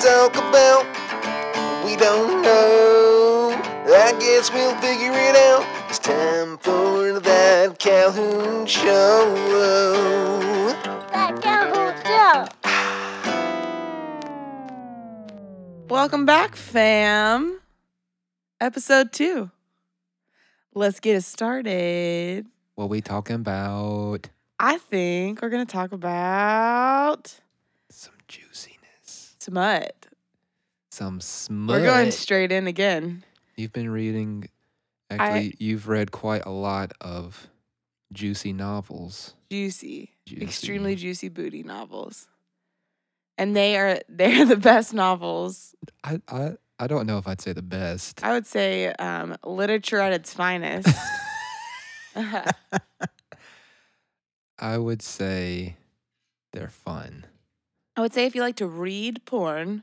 talk about? We don't know. I guess we'll figure it out. It's time for that Calhoun show. That Calhoun Show. Welcome back, fam. Episode two. Let's get it started. What we talking about? I think we're gonna talk about Some juiciness. smut. Some smut. We're going straight in again. You've been reading. I- Actually, you've read quite a lot of juicy novels. Juicy, extremely juicy Juicy. booty novels, and they are they are the best novels. I I, I don't know if I'd say the best. I would say um, literature at its finest. I would say they're fun. I would say if you like to read porn,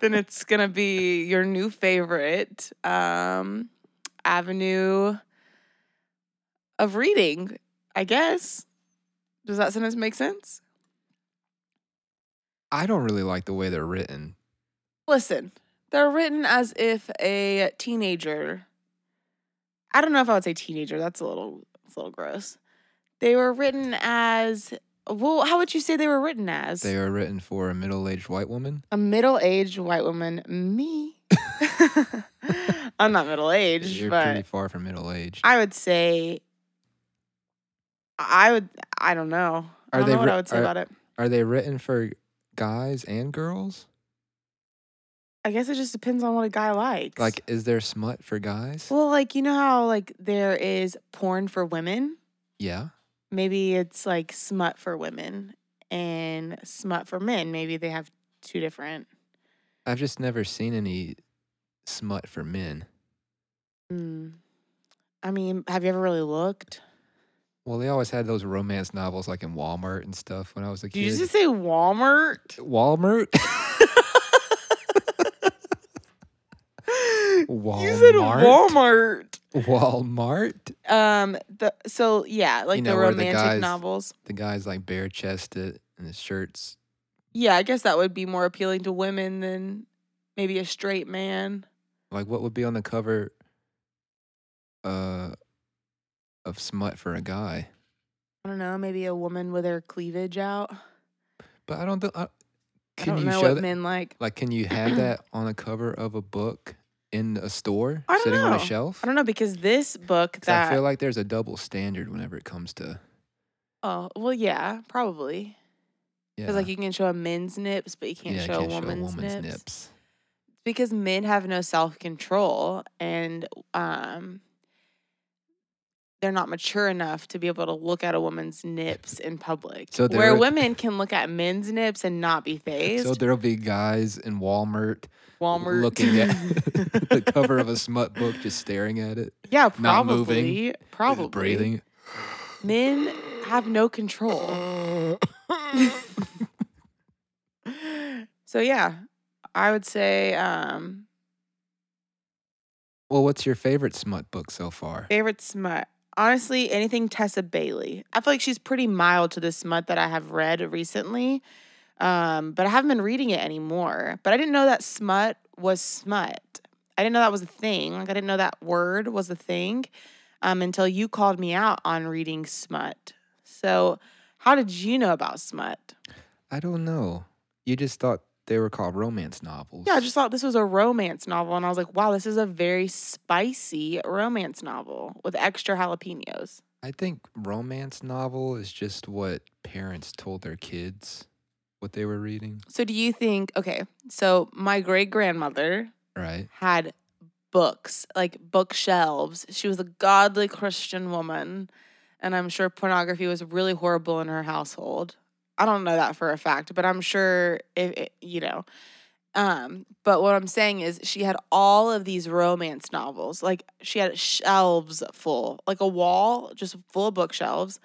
then it's gonna be your new favorite um, avenue of reading, I guess. Does that sentence make sense? I don't really like the way they're written. Listen, they're written as if a teenager. I don't know if I would say teenager. That's a little, that's a little gross. They were written as well. How would you say they were written as? They are written for a middle-aged white woman. a middle-aged white woman, me. I'm not middle-aged, You're but pretty far from middle-aged. I would say I would I don't know. I Are don't they know what re- I would say are- about it. Are they written for guys and girls? I guess it just depends on what a guy likes. Like, is there smut for guys? well, like you know how like there is porn for women? Yeah. Maybe it's like smut for women and smut for men. Maybe they have two different I've just never seen any smut for men. Hmm. I mean, have you ever really looked? Well, they always had those romance novels like in Walmart and stuff when I was a Did you kid. just say Walmart? Walmart? Walmart. You said Walmart. Walmart? Um. The so yeah, like know, the where the romantic guys- novels. The guy's like bare chested and his shirt's. Yeah, I guess that would be more appealing to women than maybe a straight man. Like, what would be on the cover uh, of Smut for a Guy? I don't know, maybe a woman with her cleavage out. But I don't think. I- Can I don't you know show what that? men like. Like, can you have that on a cover of a book in a store I don't sitting on a know. shelf? I don't know because this book 'Cause that I feel like there's a double standard whenever it comes to. oh well yeah probably Yeah, because like you can show a men's nips but you can't, yeah, show, can't a woman's nips. nips. because men have no self control and um they're not mature enough to be able to look at a woman's nips in public. So where they're- women can look at men's nips and not be phased. So there'll be guys in Walmart, Walmart looking at the cover of a smut book, just staring at it, yeah, probably, not moving, probably breathing. Men have no control. so yeah, I would say um Well, what's your favorite smut book so far? favorite smut. Honestly, anything Tessa Bailey. I feel like she's pretty mild to the smut that I have read recently. Um, but I haven't been reading it anymore. But I didn't know that smut was smut. I didn't know that was a thing. Like I didn't know that word was a thing um, until you called me out on reading smut. So, how did you know about smut? I don't know. You just thought they were called romance novels. Yeah, I just thought this was a romance novel, and I was like, wow, this is a very spicy romance novel with extra jalapenos. I think romance novel is just what parents told their kids what they were reading, So, do you think, okay, so my great grandmother right? had books, like bookshelves. She was a godly Christian woman, and I'm sure pornography was really horrible in her household. I don't know that for a fact, but I'm sure if it, you know. Um, but what I'm saying is she had all of these romance novels. Like she had shelves full, like a wall just full of bookshelves,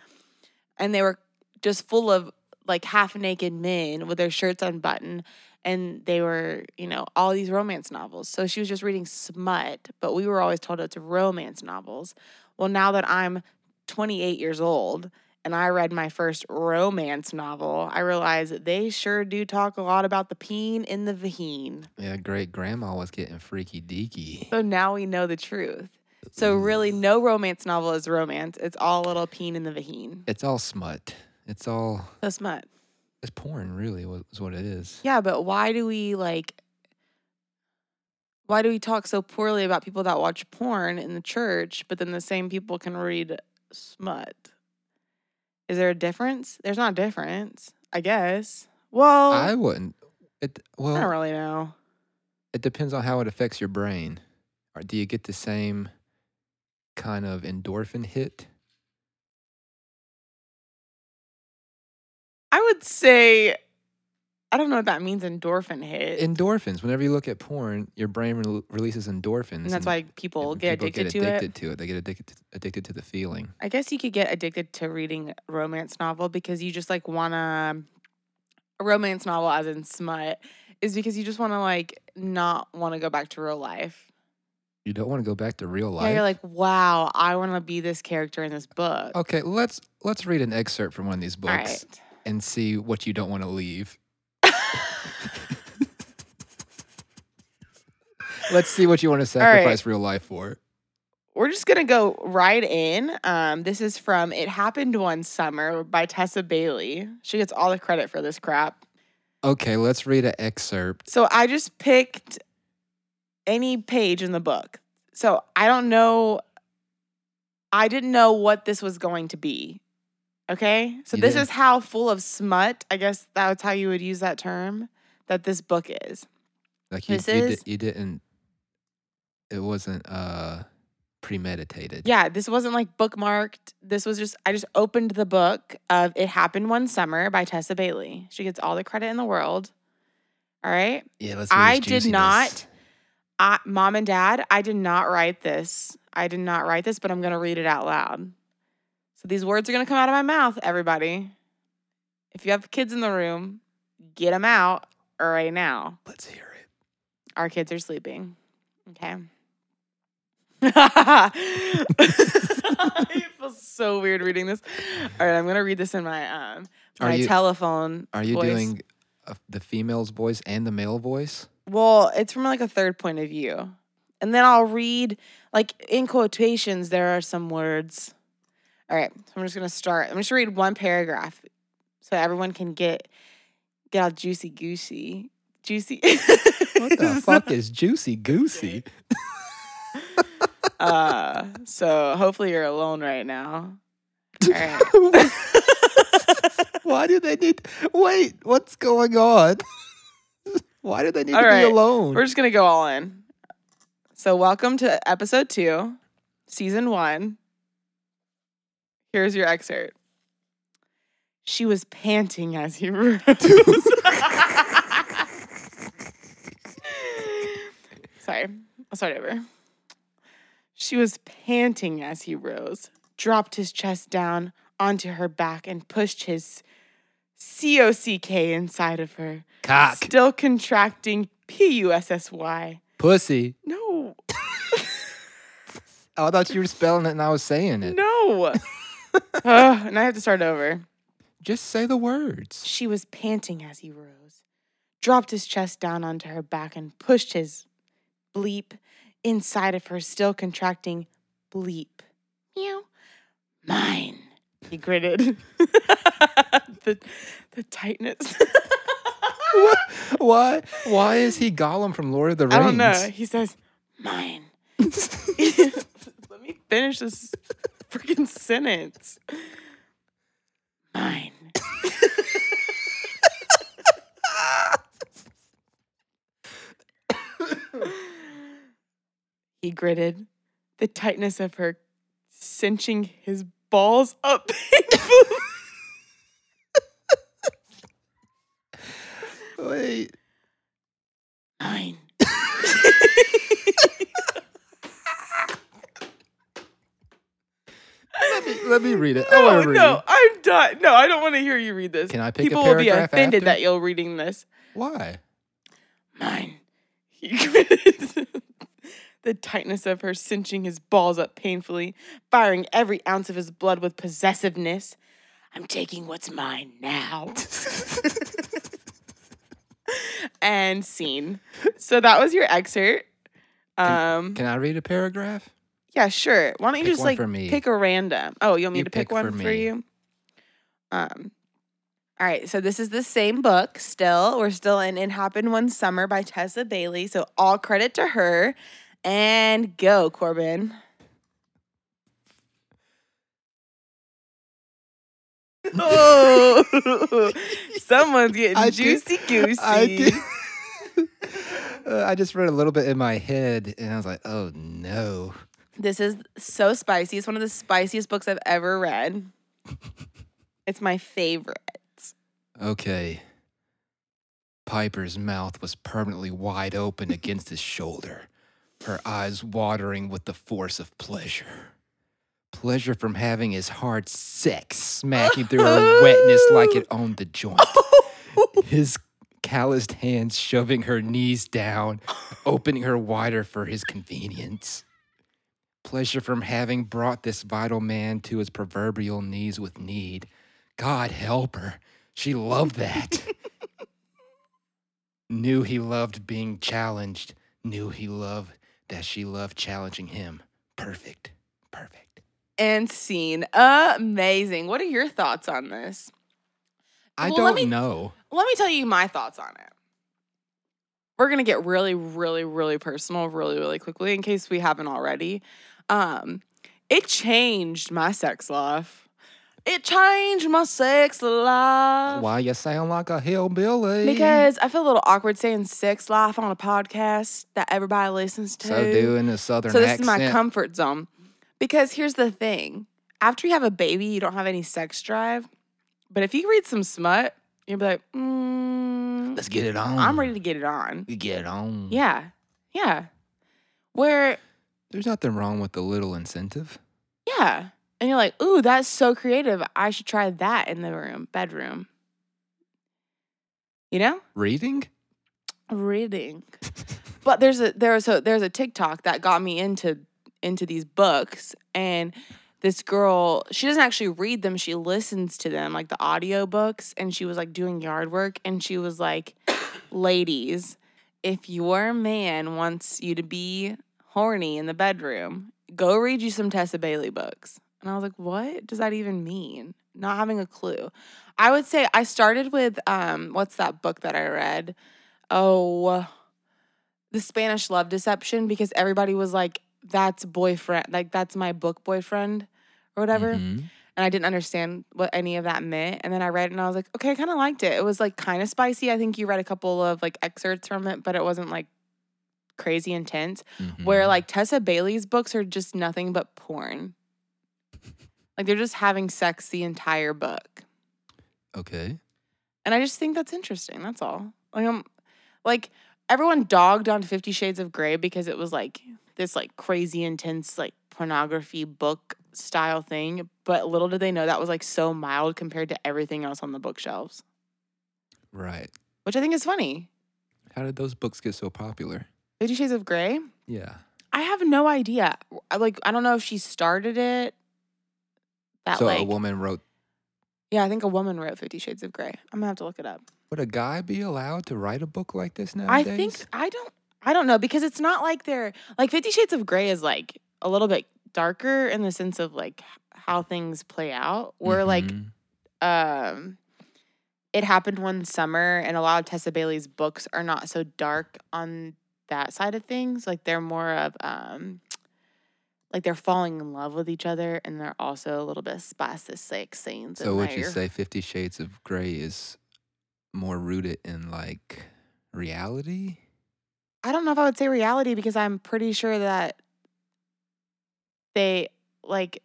and they were just full of like half naked men with their shirts unbuttoned and they were, you know, all these romance novels. So she was just reading smut, but we were always told it's romance novels. Well, now that I'm 28 years old and I read my first romance novel, I realized that they sure do talk a lot about the peen and the vaheen. Yeah, great grandma was getting freaky deaky. So now we know the truth. So Mm. really, no romance novel is romance. It's all little peen and the vaheen. it's all smut. It's all That's smut. it's porn, really, wa- is what it is. Yeah, but why do we like? Why do we talk so poorly about people that watch porn in the church, but then the same people can read smut? Is there a difference? There's not a difference, I guess. Well, I I, wouldn't. It well, don't really know. it depends on how it affects your brain. Or do you get the same kind of endorphin hit? I would say, I don't know what that means. Endorphin hit, Endorphins. Whenever you look at porn, your brain rel releases endorphins, and that's why people and get people addicted get to it. addicted to it. They get addicted to, addicted to the feeling. I guess you could get addicted to reading a romance novel because you just like wanna a romance novel as in smut is because you just wanna like not wanna go back to real life. You don't want to go back to real life. Yeah, you're like, wow, I wanna be this character in this book. okay, let's let's read an excerpt from one of these books All right. and see what you don't want to leave. let's see what you want to right. sacrifice real life for. We're just gonna go right in. Um, this is from It Happened One Summer by Tessa Bailey. She gets all the credit for this crap. Okay, let's read an excerpt. So I just picked any page in the book. So I don't know. I didn't know what this was going to be. Okay. So You this didn't- is how full of smut, I guess that's how you would use that term, that this book is. Like you, This you, is- di- you didn't. It wasn't uh premeditated. Yeah. This wasn't like bookmarked. This was just, I just opened the book of It Happened One Summer by Tessa Bailey. She gets all the credit in the world. All right. Yeah. Let's. I did not. I, Mom and Dad, I did not write this. I did not write this, but I'm going to read it out loud. So these words are going to come out of my mouth, everybody. If you have kids in the room, get them out right now. Let's hear it. Our kids are sleeping. Okay. I feel so weird reading this. All right, I'm going to read this in my um Are my you- telephone. Are you voice. doing uh, the female's voice and the male voice? Well, it's from like a third point of view. And then I'll read, like in quotations, there are some words. All right, so I'm just gonna start. I'm just gonna read one paragraph so everyone can get get all juicy goosey. Juicy What the fuck is juicy goosey? uh so hopefully you're alone right now. All right. Why do they need? Wait, what's going on? Why do they need All to right, be alone? We're just gonna go all in. So welcome to episode two, season one. Here's your excerpt. She was panting as he rose. Sorry, I'll start over. She was panting as he rose, dropped his chest down onto her back, and pushed his C O C K inside of her. Cock, Still contracting P U S S Y. pussy. No, Oh, I thought you were spelling it and I was saying it. no. Ugh, and I have to start over. Just say the words. She was panting as he rose, dropped his chest down onto her back, and pushed his bleep inside of her, still contracting bleep. Meow. Mine. He gritted. the, the tightness. What? Why? Why is he Gollum from Lord of the Rings? I don't know. He says, mine. Let me finish this freaking sentence. Mine. he gritted, the tightness of her cinching his balls up painfully. Wait. Mine. Let me, let me read it. I No, want to read. no, I'm done. No, I don't want to hear you read this. Can I pick a People will be paragraph offended after? that you're reading this. Why? Mine. He gritted, the tightness of her cinching his balls up painfully, firing every ounce of his blood with possessiveness. I'm taking what's mine now. and scene. So that was your excerpt. Um, Can I read a paragraph? yeah, sure. Why don't you Pick just one like for me. pick a random? Oh, you want me You to pick, pick one for for me. you? Um. All right, so this is the same book still. We're still in It Happened One Summer by Tessa Bailey. So all credit to her. And go, Corbin. Oh, someone's getting I did- juicy goosey. I did. Uh, I just read a little bit in my head, and I was like, "Oh no!" This is so spicy. It's one of the spiciest books I've ever read. it's my favorite. Okay. Piper's mouth was permanently wide open against his shoulder, her eyes watering with the force of pleasure. Pleasure from having his hard sex smacking through her wetness like it owned the joint. His calloused hands shoving her knees down, opening her wider for his convenience. Pleasure from having brought this vital man to his proverbial knees with need. God help her. She loved that. knew he loved being challenged, knew he loved that she loved challenging him. Perfect. Perfect. And scene. Amazing. What are your thoughts on this? I Well, let don't me- know. Let me tell you my thoughts on it. We're gonna get really, really, really personal really, really quickly in case we haven't already. Um, it changed my sex life. It changed my sex life. Why you sound like a hillbilly? Uh, Because I feel a little awkward saying sex life on a podcast that everybody listens to. so doing a southern So this accent. is my comfort zone. Because here's the thing. After you have a baby, you don't have any sex drive. But if you read some smut, you'll be like, mm, Let's get it on. I'm ready to get it on. We get it on. Yeah. Yeah. Where, There's nothing wrong with a little incentive. yeah. And you're like, ooh, that's so creative. I should try that in the room, bedroom. You know? Reading? reading. but there's a there's a there's a TikTok that got me into into these books and this girl, she doesn't actually read them, she listens to them, like the audio books, and she was like doing yard work and she was like, Ladies, if your man wants you to be horny in the bedroom, go read you some Tessa Bailey books. And I was like, what does that even mean? Not having a clue. I would say I started with um, what's that book that I read? Oh, The Spanish Love Deception, because everybody was like, that's boyfriend, like that's my book boyfriend or whatever Mhm. and I didn't understand what any of that meant. And then I read it and I was like, okay, I kind of liked it. It was like kind of spicy. I think you read a couple of like excerpts from it, but it wasn't like crazy intense. Mhm. Where like Tessa Bailey's books are just nothing but porn. Like they're just having sex the entire book. Okay. And I just think that's interesting. That's all. Like I'm like everyone dogged on 50 Shades of Grey because it was like this like crazy intense like pornography book style thing, but little did they know that was like so mild compared to everything else on the bookshelves, Right. which I think is funny. How did those books get so popular? 50 Shades of Grey? Yeah. I have no idea. I, like I don't know if she started it. That so like a woman wrote. Yeah, I think a woman wrote 50 Shades of Grey. I'm going to have to look it up. Would a guy be allowed to write a book like this I nowadays? think I don't I don't know because it's not like they're like Fifty Shades of Grey is like a little bit darker in the sense of like h- how things play out. Where Mhm. like um it happened one summer and a lot of Tessa Bailey's books are not so dark on that side of things. Like they're more of um like they're falling in love with each other and they're also a little bit spicy sex scenes. So in would you there. say Fifty Shades of Grey is more rooted in like reality? I don't know if I would say reality because I'm pretty sure that they like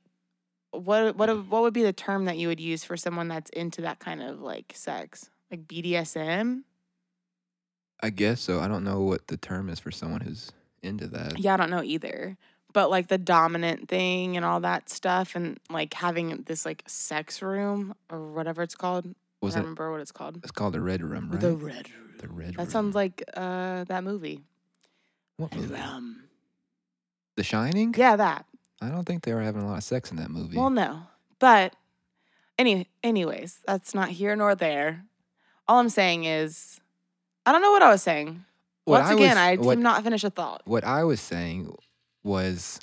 what what what would be the term that you would use for someone that's into that kind of like sex? Like BDSM? I guess so. I don't know what the term is for someone who's into that. Yeah, I don't know either. But like the dominant thing and all that stuff and like having this like sex room or whatever it's called. I Was don't it? remember what it's called. It's called the Red Room, right? The red room. The Red Room. That sounds like uh that movie. What movie? Rum. The Shining. Yeah, that. I don't think they were having a lot of sex in that movie. Well, no, but Any, anyways, that's not here nor there. All I'm saying is, I don't know what I was saying. What Once I again, was- I what- did not finish a thought. What I was saying was,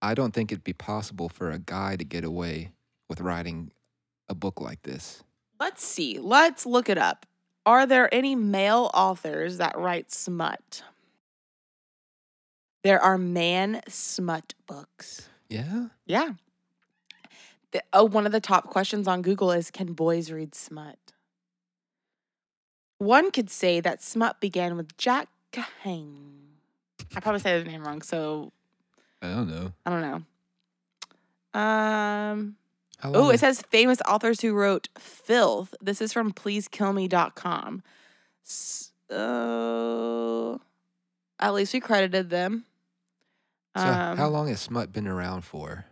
I don't think it'd be possible for a guy to get away with writing a book like this. Let's see. Let's look it up. Are there any male authors that write smut? There are man smut books. Yeah. Yeah. The, oh, one of the top questions on Google is Can boys read smut? One could say that smut began with Jack Kahane. I probably said the name wrong, so I don't know. I don't know. Um, How Oh, long- it says famous authors who wrote filth. This is from pleasekillme.com. So at least we credited them. so Um, how long has smut been around for?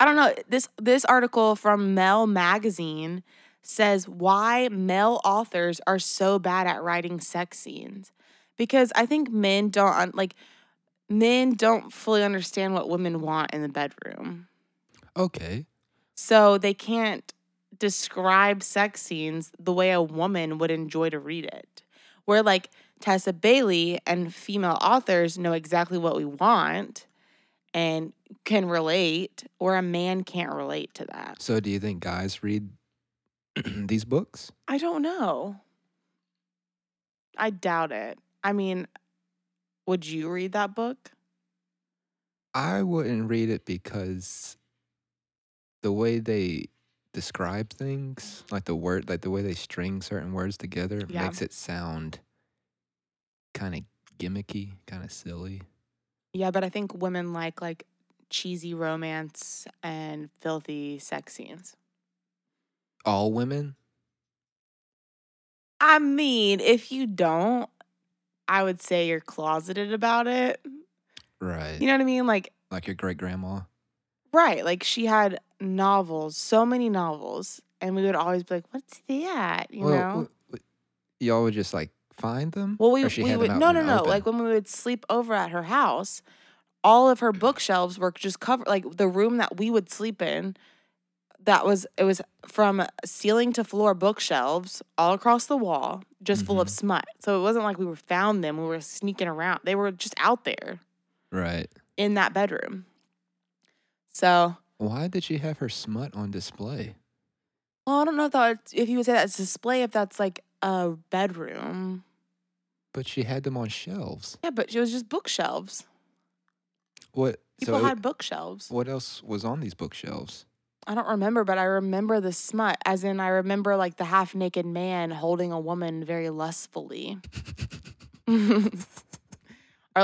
I don't know. This this article from Mel magazine says why male authors are so bad at writing sex scenes. Because I think men don't un- like men don't fully understand what women want in the bedroom. Okay. So they can't describe sex scenes the way a woman would enjoy to read it. Where like Tessa Bailey and female authors know exactly what we want and can relate, or a man can't relate to that. So do you think guys read these books? I don't know. I doubt it. I mean, would you read that book? I wouldn't read it because the way they describe things, like the word, like the way they string certain words together, Yeah. makes it sound kind of gimmicky, kind of silly. Yeah, but I think women like like cheesy romance and filthy sex scenes. All women? I mean, if you don't, I would say you're closeted about it. Right. You know what I mean? Like, like your great grandma. right. Like, she had novels, so many novels. And we would always be like, what's that? You know? y'all would just like find them? well, we, Or she we had would, them out no, in no, the no. open? Like, when we would sleep over at her house, all of her bookshelves were just covered. Like, the room that we would sleep in, that was, it was from ceiling to floor bookshelves all across the wall, just full of Mhm. smut. So it wasn't like we were found them, we were sneaking around. They were just out there. right. in that bedroom. So, Why did she have her smut on display? well, I don't know if, that, if you would say that's display, if that's like a bedroom. But she had them on shelves. Yeah, but it was just bookshelves. What? People so it- had bookshelves. what else was on these bookshelves? I don't remember, but I remember the smut, as in I remember like the half naked man holding a woman very lustfully or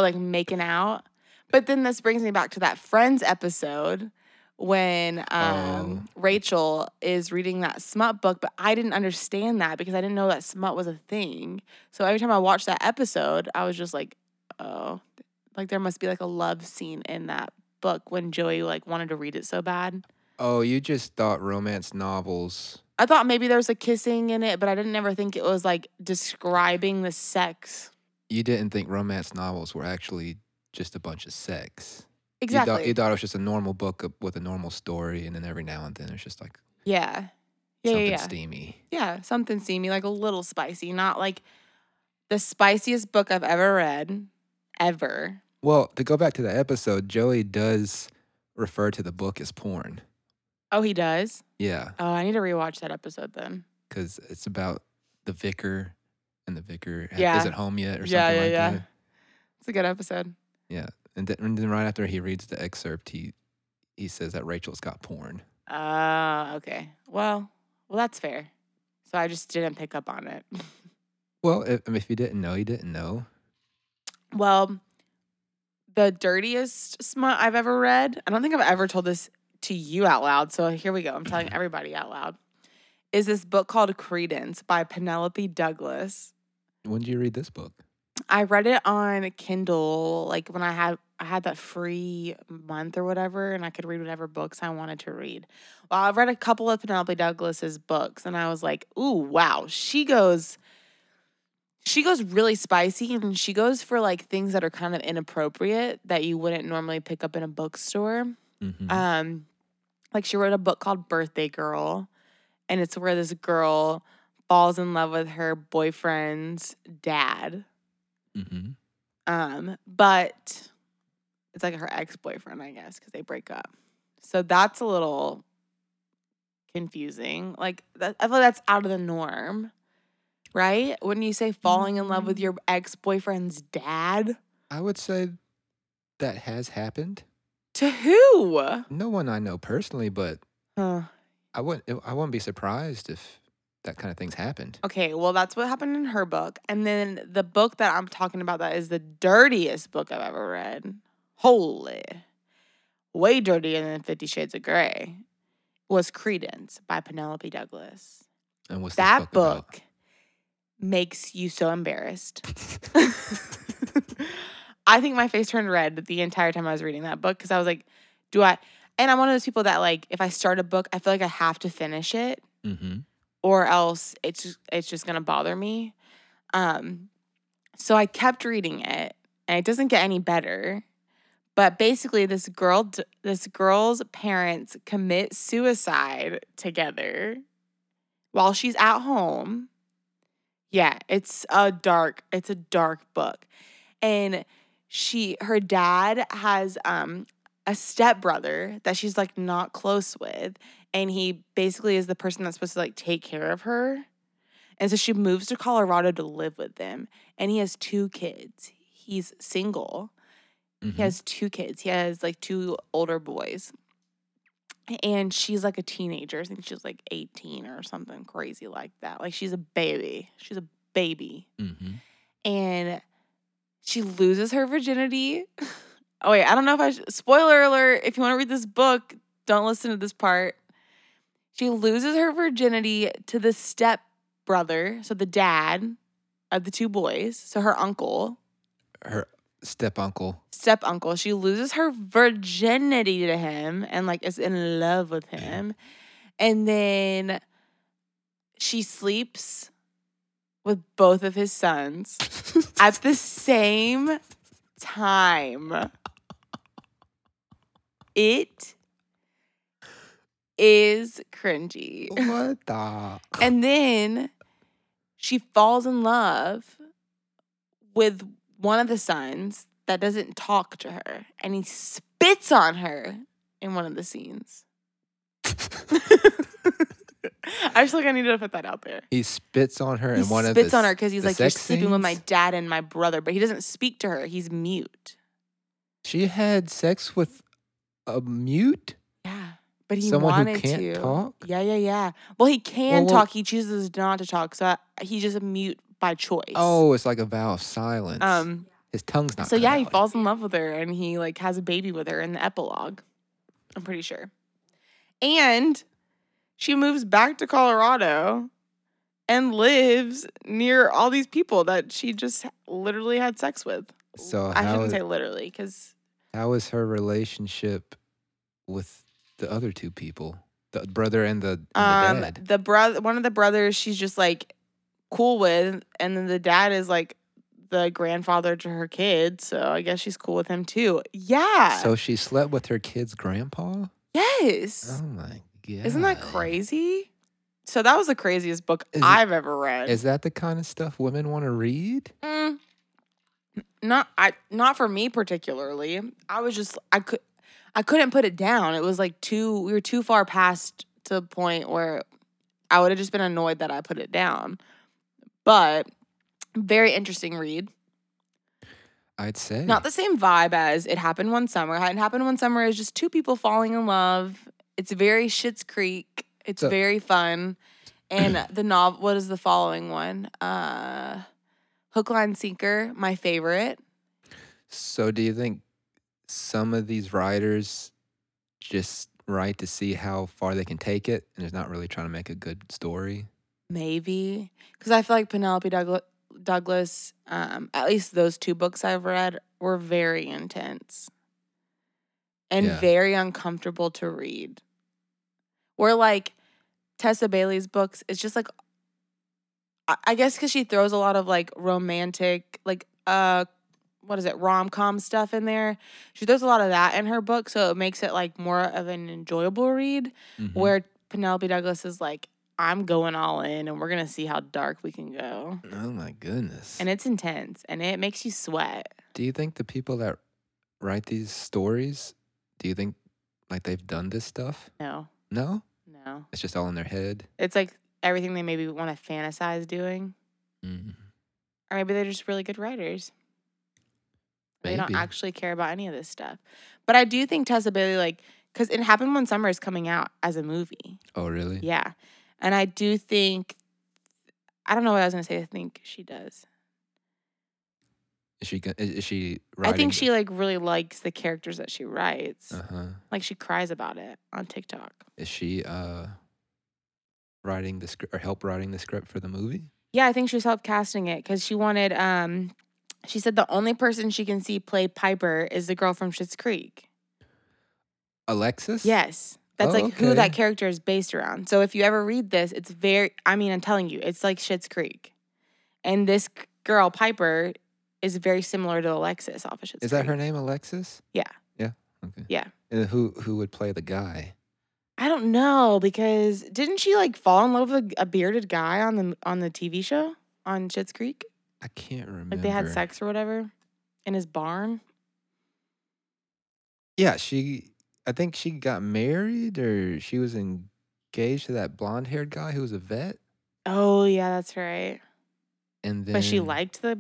like making out. But then this brings me back to that Friends episode when um, Rachel is reading that smut book, but I didn't understand that because I didn't know that smut was a thing. So every time I watched that episode, I was just like, oh, like there must be like a love scene in that book when Joey like wanted to read it so bad. Oh, you just thought romance novels. I thought maybe there was a kissing in it, but I didn't ever think it was like describing the sex. You didn't think romance novels were actually just a bunch of sex. You thought- Exactly. You thought, it was just a normal book of- with a normal story, and then every now and then it's just like yeah. Yeah, yeah, something yeah. steamy. yeah, something steamy, like a little spicy, not like the spiciest book I've ever read, ever. Well, to go back to the episode, Joey does refer to the book as porn. Oh, he does? Yeah, Oh, I need to rewatch that episode then. because it's about the vicar, and the vicar ha- Yeah. isn't home yet or Yeah, something yeah, like yeah. that. It's a good episode. And, th- and then right after he reads the excerpt, he he says that Rachel's got porn. Oh, okay. Well, well, that's fair. So I just didn't pick up on it. Well, if, if you didn't know, you didn't know. Well, the dirtiest smut I've ever read, I don't think I've ever told this to you out loud. So here we go. I'm telling everybody out loud. Is this book called Credence by Penelope Douglas? When did you read this book? I read it on Kindle, like when I had I had that free month or whatever, and I could read whatever books I wanted to read. Well, I've read a couple of Penelope Douglas's books, and I was like, "Ooh, wow!" She goes, she goes really spicy, and she goes for like things that are kind of inappropriate that you wouldn't normally pick up in a bookstore. Mm-hmm. Um, like she wrote a book called Birthday Girl, and it's where this girl falls in love with her boyfriend's dad. Mm-hmm. Um, but it's like her ex boyfriend, I guess, because they break up. So that's a little confusing. Like that, I feel like that's out of the norm, right? Wouldn't you say falling in love with your ex boyfriend's dad? I would say that has happened. To who? No one I know personally, but Huh. I wouldn't. I wouldn't be surprised if that kind of things happened. Okay, well, that's what happened in her book. And then the book that I'm talking about that is the dirtiest book I've ever read. Holy. Way dirtier than Fifty Shades of Grey was Credence by Penelope Douglas. And what's that this book, book, about? makes you so embarrassed. I think my face turned red the entire time I was reading that book because I was like, do I? And I'm one of those people that, like, if I start a book, I feel like I have to finish it Mm-hmm. or else it's just, it's just gonna bother me. Um, so I kept reading it, and it doesn't get any better. But basically, this girl, d- this girl's parents commit suicide together while she's at home. Yeah, it's a dark, it's a dark book, and she, her dad has um a stepbrother that she's like not close with, and he basically is the person that's supposed to like take care of her. And so she moves to Colorado to live with them. And he has two kids. He's single. Mm-hmm. Mm-hmm. He has two kids. He has like two older boys. And she's like a teenager. I think she's like 18 or something crazy like that. Like she's a baby. She's a baby Mm-hmm. and she loses her virginity. Oh wait, I don't know if I should, spoiler alert. If you want to read this book, don't listen to this part. She loses her virginity to the step brother, so the dad of the two boys, so her uncle, Her step uncle. step uncle. She loses her virginity to him and like is in love with him. And then she sleeps with both of his sons at the same time. It is cringy. what the? And then she falls in love with one of the sons that doesn't talk to her and he spits on her in one of the scenes. I just like I needed to put that out there. He spits on her He and one of spits the on s- her because he's the like, You're sex sleeping with my scenes? dad and my brother, but he doesn't speak to her. He's mute. She had sex with a mute. Yeah. But he Someone who wanted can't to. talk? Yeah, yeah, yeah. Well, he can well- talk. He chooses not to talk. So I, he's just a mute by choice. Oh, it's like a vow of silence. Um, His tongue's not. so cut yeah, he out. falls in love with her and he like has a baby with her in the epilogue. I'm pretty sure. And she moves back to Colorado and lives near all these people that she just literally had sex with. So I how shouldn't is- say literally because How is her relationship with the other two people, the brother and the, and um the dad? the brother one of the brothers she's just like cool with and then the dad is like the grandfather to her kid, so I guess she's cool with him too. Yeah. So she slept with her kid's grandpa. yes. Oh my god! Isn't that crazy? So that was the craziest book Is it- I've ever read. Is that the kind of stuff women want to read? Mm. not I not for me particularly. I was just I could I couldn't put it down. It was like too we were too far past to the point where I would have just been annoyed that I put it down. But very interesting read. I'd say Not the same vibe as It Happened One Summer. It Happened One Summer is just two people falling in love. It's very Schitt's Creek. It's So- very fun. And the novel, what is the following one? Uh, Hook, Line, Sinker, my favorite. So do you think some of these writers just write to see how far they can take it, and they're not really trying to make a good story? Maybe. Because I feel like Penelope Dougla- Douglas, um, at least those two books I've read, were very intense and Yeah. very uncomfortable to read. Where like Tessa Bailey's books, it's just like, I, I guess because she throws a lot of like romantic, like, uh, what is it rom com stuff in there. She throws a lot of that in her book, so it makes it like more of an enjoyable read. Mhm. Where Penelope Douglas is like, I'm going all in, and we're gonna see how dark we can go. Oh my goodness. And it's intense, and it makes you sweat. do you think the people that write these stories, do you think like they've done this stuff? No, No? no, It's just all in their head. it's like everything they maybe want to fantasize doing, Mm. or maybe they're just really good writers. They don't Maybe. actually care about any of this stuff. But I do think Tessa Bailey, like, because it happened when summer is coming out as a movie. Oh really? Yeah. And I do think, I don't know what I was going to say. I think she does. Is she go- is is she writing? I think she, like, really likes the characters that she writes. Uh huh. Like, she cries about it on TikTok. Is she uh writing the script or help writing the script for the movie? Yeah, I think she was helped casting it because she wanted, um, she said the only person she can see play Piper is the girl from Schitt's Creek. Alexis? Yes. That's Oh, like who that okay. character is based around. So if you ever read this, it's very I mean, I'm telling you, it's like Shits Creek. And this c- girl, Piper, is very similar to Alexis off of Shits Creek. Is that her name, Alexis? Yeah. Yeah. Okay. Yeah. And who who would play the guy? I don't know because didn't she like fall in love with a bearded guy on the on the TV show on Shits Creek? I can't remember. Like they had sex or whatever in his barn. Yeah, she. I think she got married, or she was engaged to that blonde-haired guy who was a vet. Oh yeah, that's right. And then, But she liked the.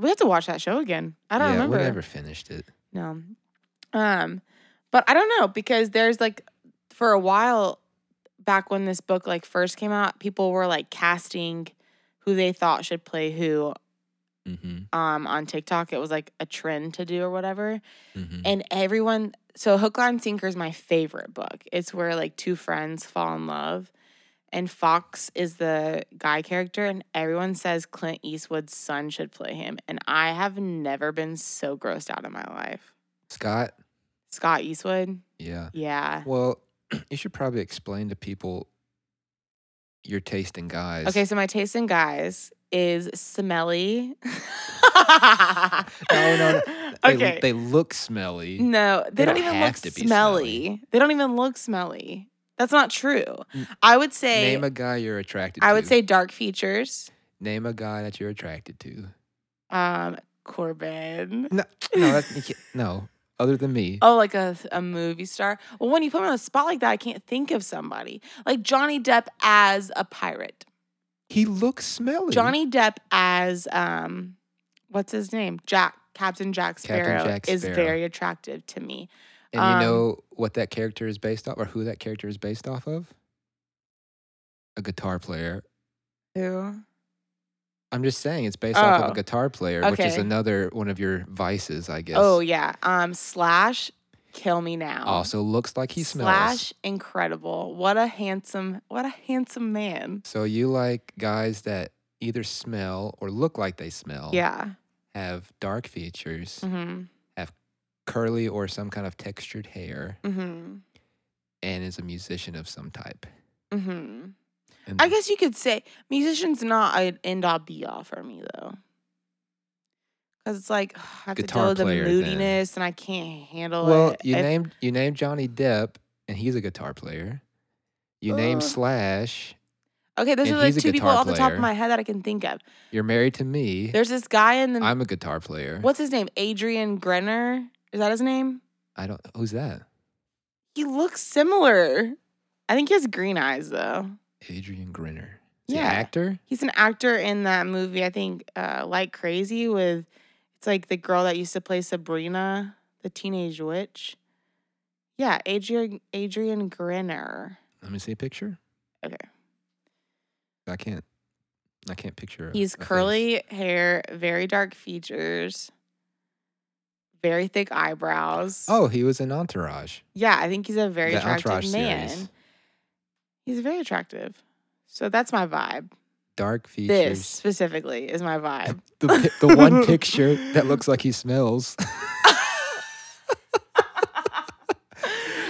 We have to watch that show again. I don't yeah, remember. We never finished it. No. Um, but I don't know because there's like for a while back when this book like first came out, people were like casting who they thought should play who Mm-hmm, um on TikTok. It was like a trend to do or whatever. mm-hmm. And everyone so Hook Line Sinker is my favorite book. It's where like two friends fall in love. And Fox is the guy character, and everyone says Clint Eastwood's son should play him. And I have never been so grossed out in my life. Scott. Scott Eastwood. Yeah. Yeah. Well, you should probably explain to people your taste in guys. Okay, so my taste in guys is smelly. No, no, They, Okay. They look smelly. no, they, they don't, don't even have look to smelly. be smelly. They don't even look smelly. That's not true. N- I would say Name a guy you're attracted to. I would say dark features. Name a guy that you're attracted to. Um Corbin. No, no, that's, you can't- no. Other than me. Oh, like a, a movie star. Well, when you put me on a spot like that, I can't think of somebody. Like Johnny Depp as a pirate. He looks smelly. Johnny Depp as um, what's his name? Jack Captain Jack Captain Sparrow Jack is Sparrow. very attractive to me. And um, you know what that character is based off or who that character is based off of? A guitar player. Who? I'm just saying it's based off of Oh, a guitar player, which is okay. another one of your vices, I guess. Oh yeah. Um, Slash, kill me now. Also looks like he smells. Slash, incredible. What a handsome, what a handsome man. So you like guys that either smell or look like they smell. Yeah. Have dark features, hmm curly or some kind of textured hair, hmm and is a musician of some type. hmm And I guess you could say musician's not an end all be all for me though. Cause it's like I have to Guitar deal with the player, then. moodiness, and I can't handle it. Well, you eh, If- named you named Johnny Depp, and he's a guitar player. You Ugh. named Slash. Okay, those And are like he's a two people guitar off the top player. of my head that I can think of. You're married to me. There's this guy in the I'm a guitar player. what's his name? Adrian Grenner. Is that his name? I don't. Who's that? He looks similar. I think he has green eyes though. Adrian Grinner. Is he Yeah. an actor. He's an actor in that movie, I think, uh, Like Crazy with it's like the girl that used to play Sabrina, the teenage witch. Yeah, Adrian Adrian Grenner. Let me see a picture. Okay. I can't. I can't picture. a- He's a face. curly hair, very dark features, very thick eyebrows. Oh, he was in Entourage. Yeah, I think he's a very The Entourage attractive man. series. He's very attractive. So that's my vibe. Dark features. This specifically is my vibe. The, pi- the one picture that looks like he smells.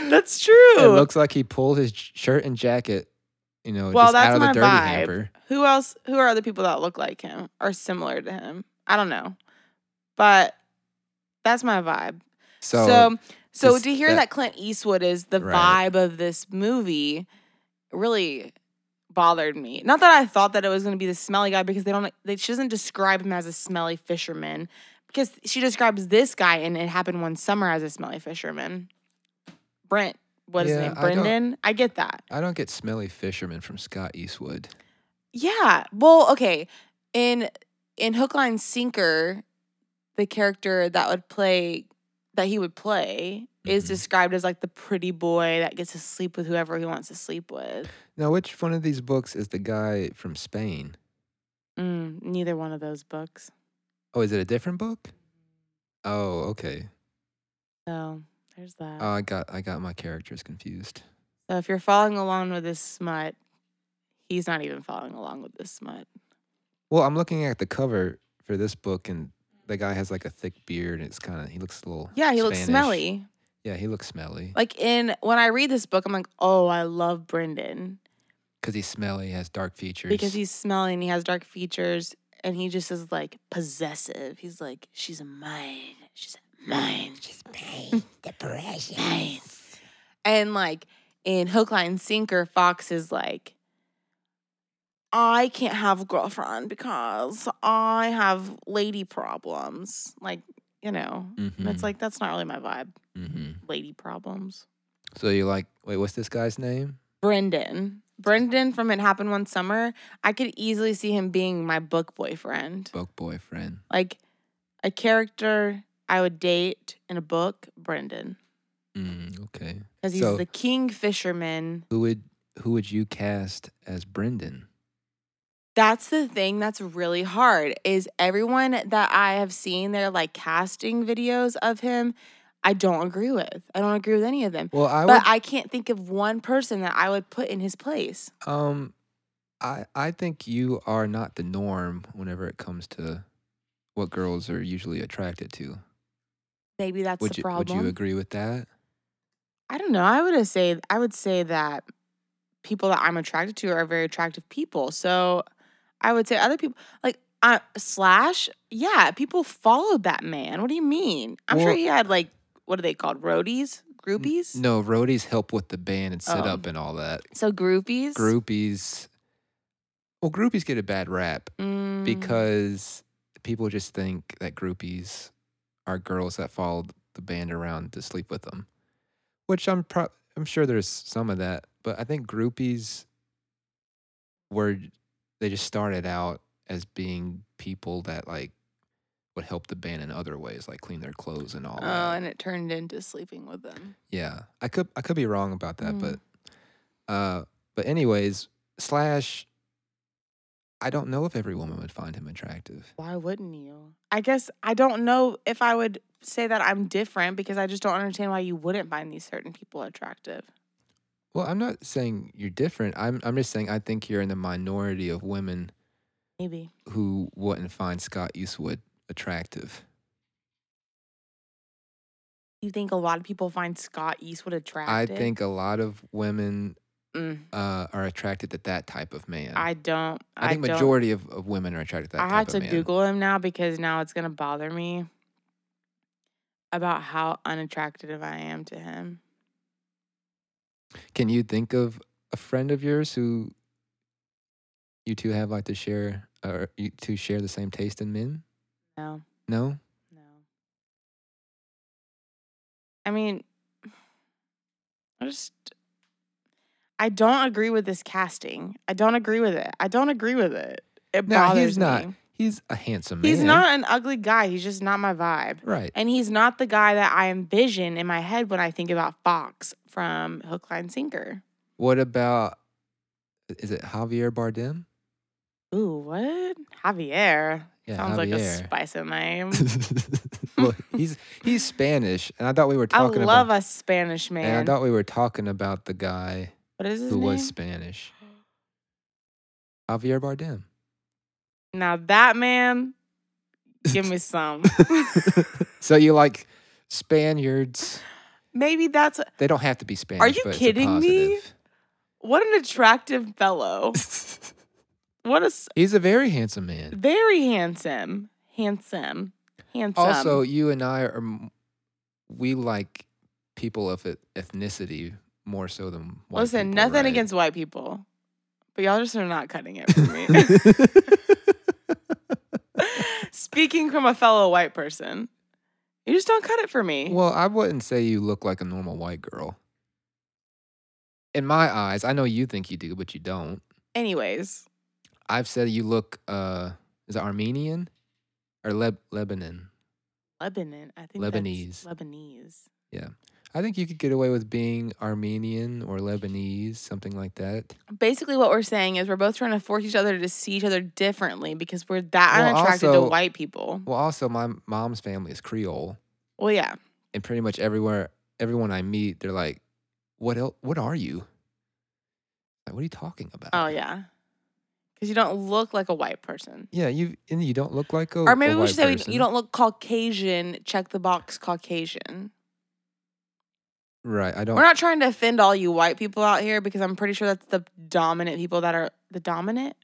that's true. it looks like he pulled his j- shirt and jacket, you know, well, just that's out of my the dirty vibe. hamper. Who else who are other people that look like him or similar to him? I don't know. But That's my vibe. So, So, so, this- to hear that, that- Clint Eastwood is the Right. vibe of this movie really bothered me. Not that I thought that it was going to be the smelly guy because they don't. They, she doesn't describe him as a smelly fisherman because she describes this guy and it happened one summer as a smelly fisherman. Brent, what is Yeah, his name? I don't- Brendan. I get that. I don't get smelly fishermen from Scott Eastwood. Yeah. Well, okay. In in Hook Line Sinker, the character that would play that he would play is Mhm. described as like the pretty boy that gets to sleep with whoever he wants to sleep with. Now, which one of these books is the guy from Spain? Mm, neither one of those books. Oh, is it a different book? Oh, okay. So there's that. Oh, I got I got my characters confused. so if you're following along with this smut, he's not even following along with this smut. Well, I'm looking at the cover for this book, and the guy has like a thick beard, and it's kind of he looks a little Yeah, he looks Spanish. smelly. Yeah, he looks smelly Like in when I read this book, I'm like, oh, I love Brendan. because he's smelly, has dark features. Because he's smelly and he has dark features and he just is like possessive. He's like, she's mine. She's mine. She's mine. the precious. Mine. And like in Hook, Line, and Sinker, Fox is like, I can't have a girlfriend because I have lady problems. Like, you know, Mm-hmm, and it's like, that's not really my vibe. hmm Lady problems. So you like wait, what's this guy's name? Brendan. Brendan from It Happened One Summer, I could easily see him being my book boyfriend. Book boyfriend. like a character I would date in a book, Brendan, Mm, okay. because he's So- the king fisherman. Who would who would you cast as Brendan? That's the thing that's really hard is everyone that I have seen their like casting videos of him, I don't agree with. I don't agree with any of them. Well, I but would I can't think of one person that I would put in his place. Um, I I think you are not the norm whenever it comes to what girls are usually attracted to. Maybe that's would the you problem. Would you agree with that? I don't know. I would have say I would say that people that I'm attracted to are very attractive people. So I would say other people like uh, Slash. Yeah, people followed that man. What do you mean? I'm sure Well- he had like what are they called? Roadies, groupies. No, roadies help with the band and sit Oh. up and all that. So groupies. Groupies, well, groupies get a bad rap Mm, because people just think that groupies are girls that follow the band around to sleep with them, which I'm pro- I'm sure there's some of that, but I think groupies were they just started out as being people that like would help the band in other ways, like clean their clothes and all. Oh, that. and it turned into sleeping with them. Yeah, I could I could be wrong about that, Mm. but uh, but anyways, slash. I don't know if every woman would find him attractive. Why wouldn't you? I guess I don't know if I would say that I'm different because I just don't understand why you wouldn't find these certain people attractive. Well, I'm not saying you're different. I'm I'm just saying I think you're in the minority of women Maybe. who wouldn't find Scott Eastwood attractive. You think a lot of people find Scott Eastwood attractive? I think a lot of women Mm, uh, are attracted to that type of man. I don't. I I, think don't. majority of, of women are attracted to that I type have of to man. Google him now because now it's gonna bother me about how unattractive I am to him. Can you think of a friend of yours who you two have like to share or you two share the same taste in men? No, No? no. I mean, I just. I don't agree with this casting. I don't agree with it. I don't agree with it. It No, bothers he's not. me. He's a handsome man. He's not an ugly guy. He's just not my vibe. Right. And he's not the guy that I envision in my head when I think about Fox from Hook, Line, Sinker. What about is it Javier Bardem? Ooh, what? Javier. Yeah, Sounds like a Javier. spicy name. well, he's he's Spanish, and I thought we were I talking love about. a Spanish And I man. thought we were talking about the guy What is his who name? was Spanish, Javier Bardem. now that man, give me some. so you like Spaniards? Maybe that's They don't have to be Spanish. you but it's a kidding me? positive. what an attractive fellow. What a s- He's a very handsome man. very handsome, handsome, Handsome. Also, you and I are m- we like people of e- ethnicity more so than white listen, people, nothing right? against white people, but y'all just are not cutting it for me. Speaking from a fellow white person, you just don't cut it for me. Well, I wouldn't say you look like a normal white girl. In my eyes, I know you think you do, but you don't. Anyways, I've said you look uh is it Armenian or Leb- Lebanon? Lebanon. I think that's Lebanese. Lebanese. I think you could get away with being Armenian or Lebanese, something like that. Basically, what we're saying is we're both trying to force each other to see each other differently because we're that Well, unattracted to also- white people. Well, also my mom's family is Creole, Well, yeah. and pretty much everywhere everyone I meet, they're like, "What el- what are you?" Like, what are you talking about? Oh, yeah. Because you don't look like a white person. Yeah, you and you don't look like a Or maybe a we should white say we, person. you don't look Caucasian. Check the box Caucasian. Right, I don't We're not trying to offend all you white people out here because I'm pretty sure that's the dominant people that are the dominant.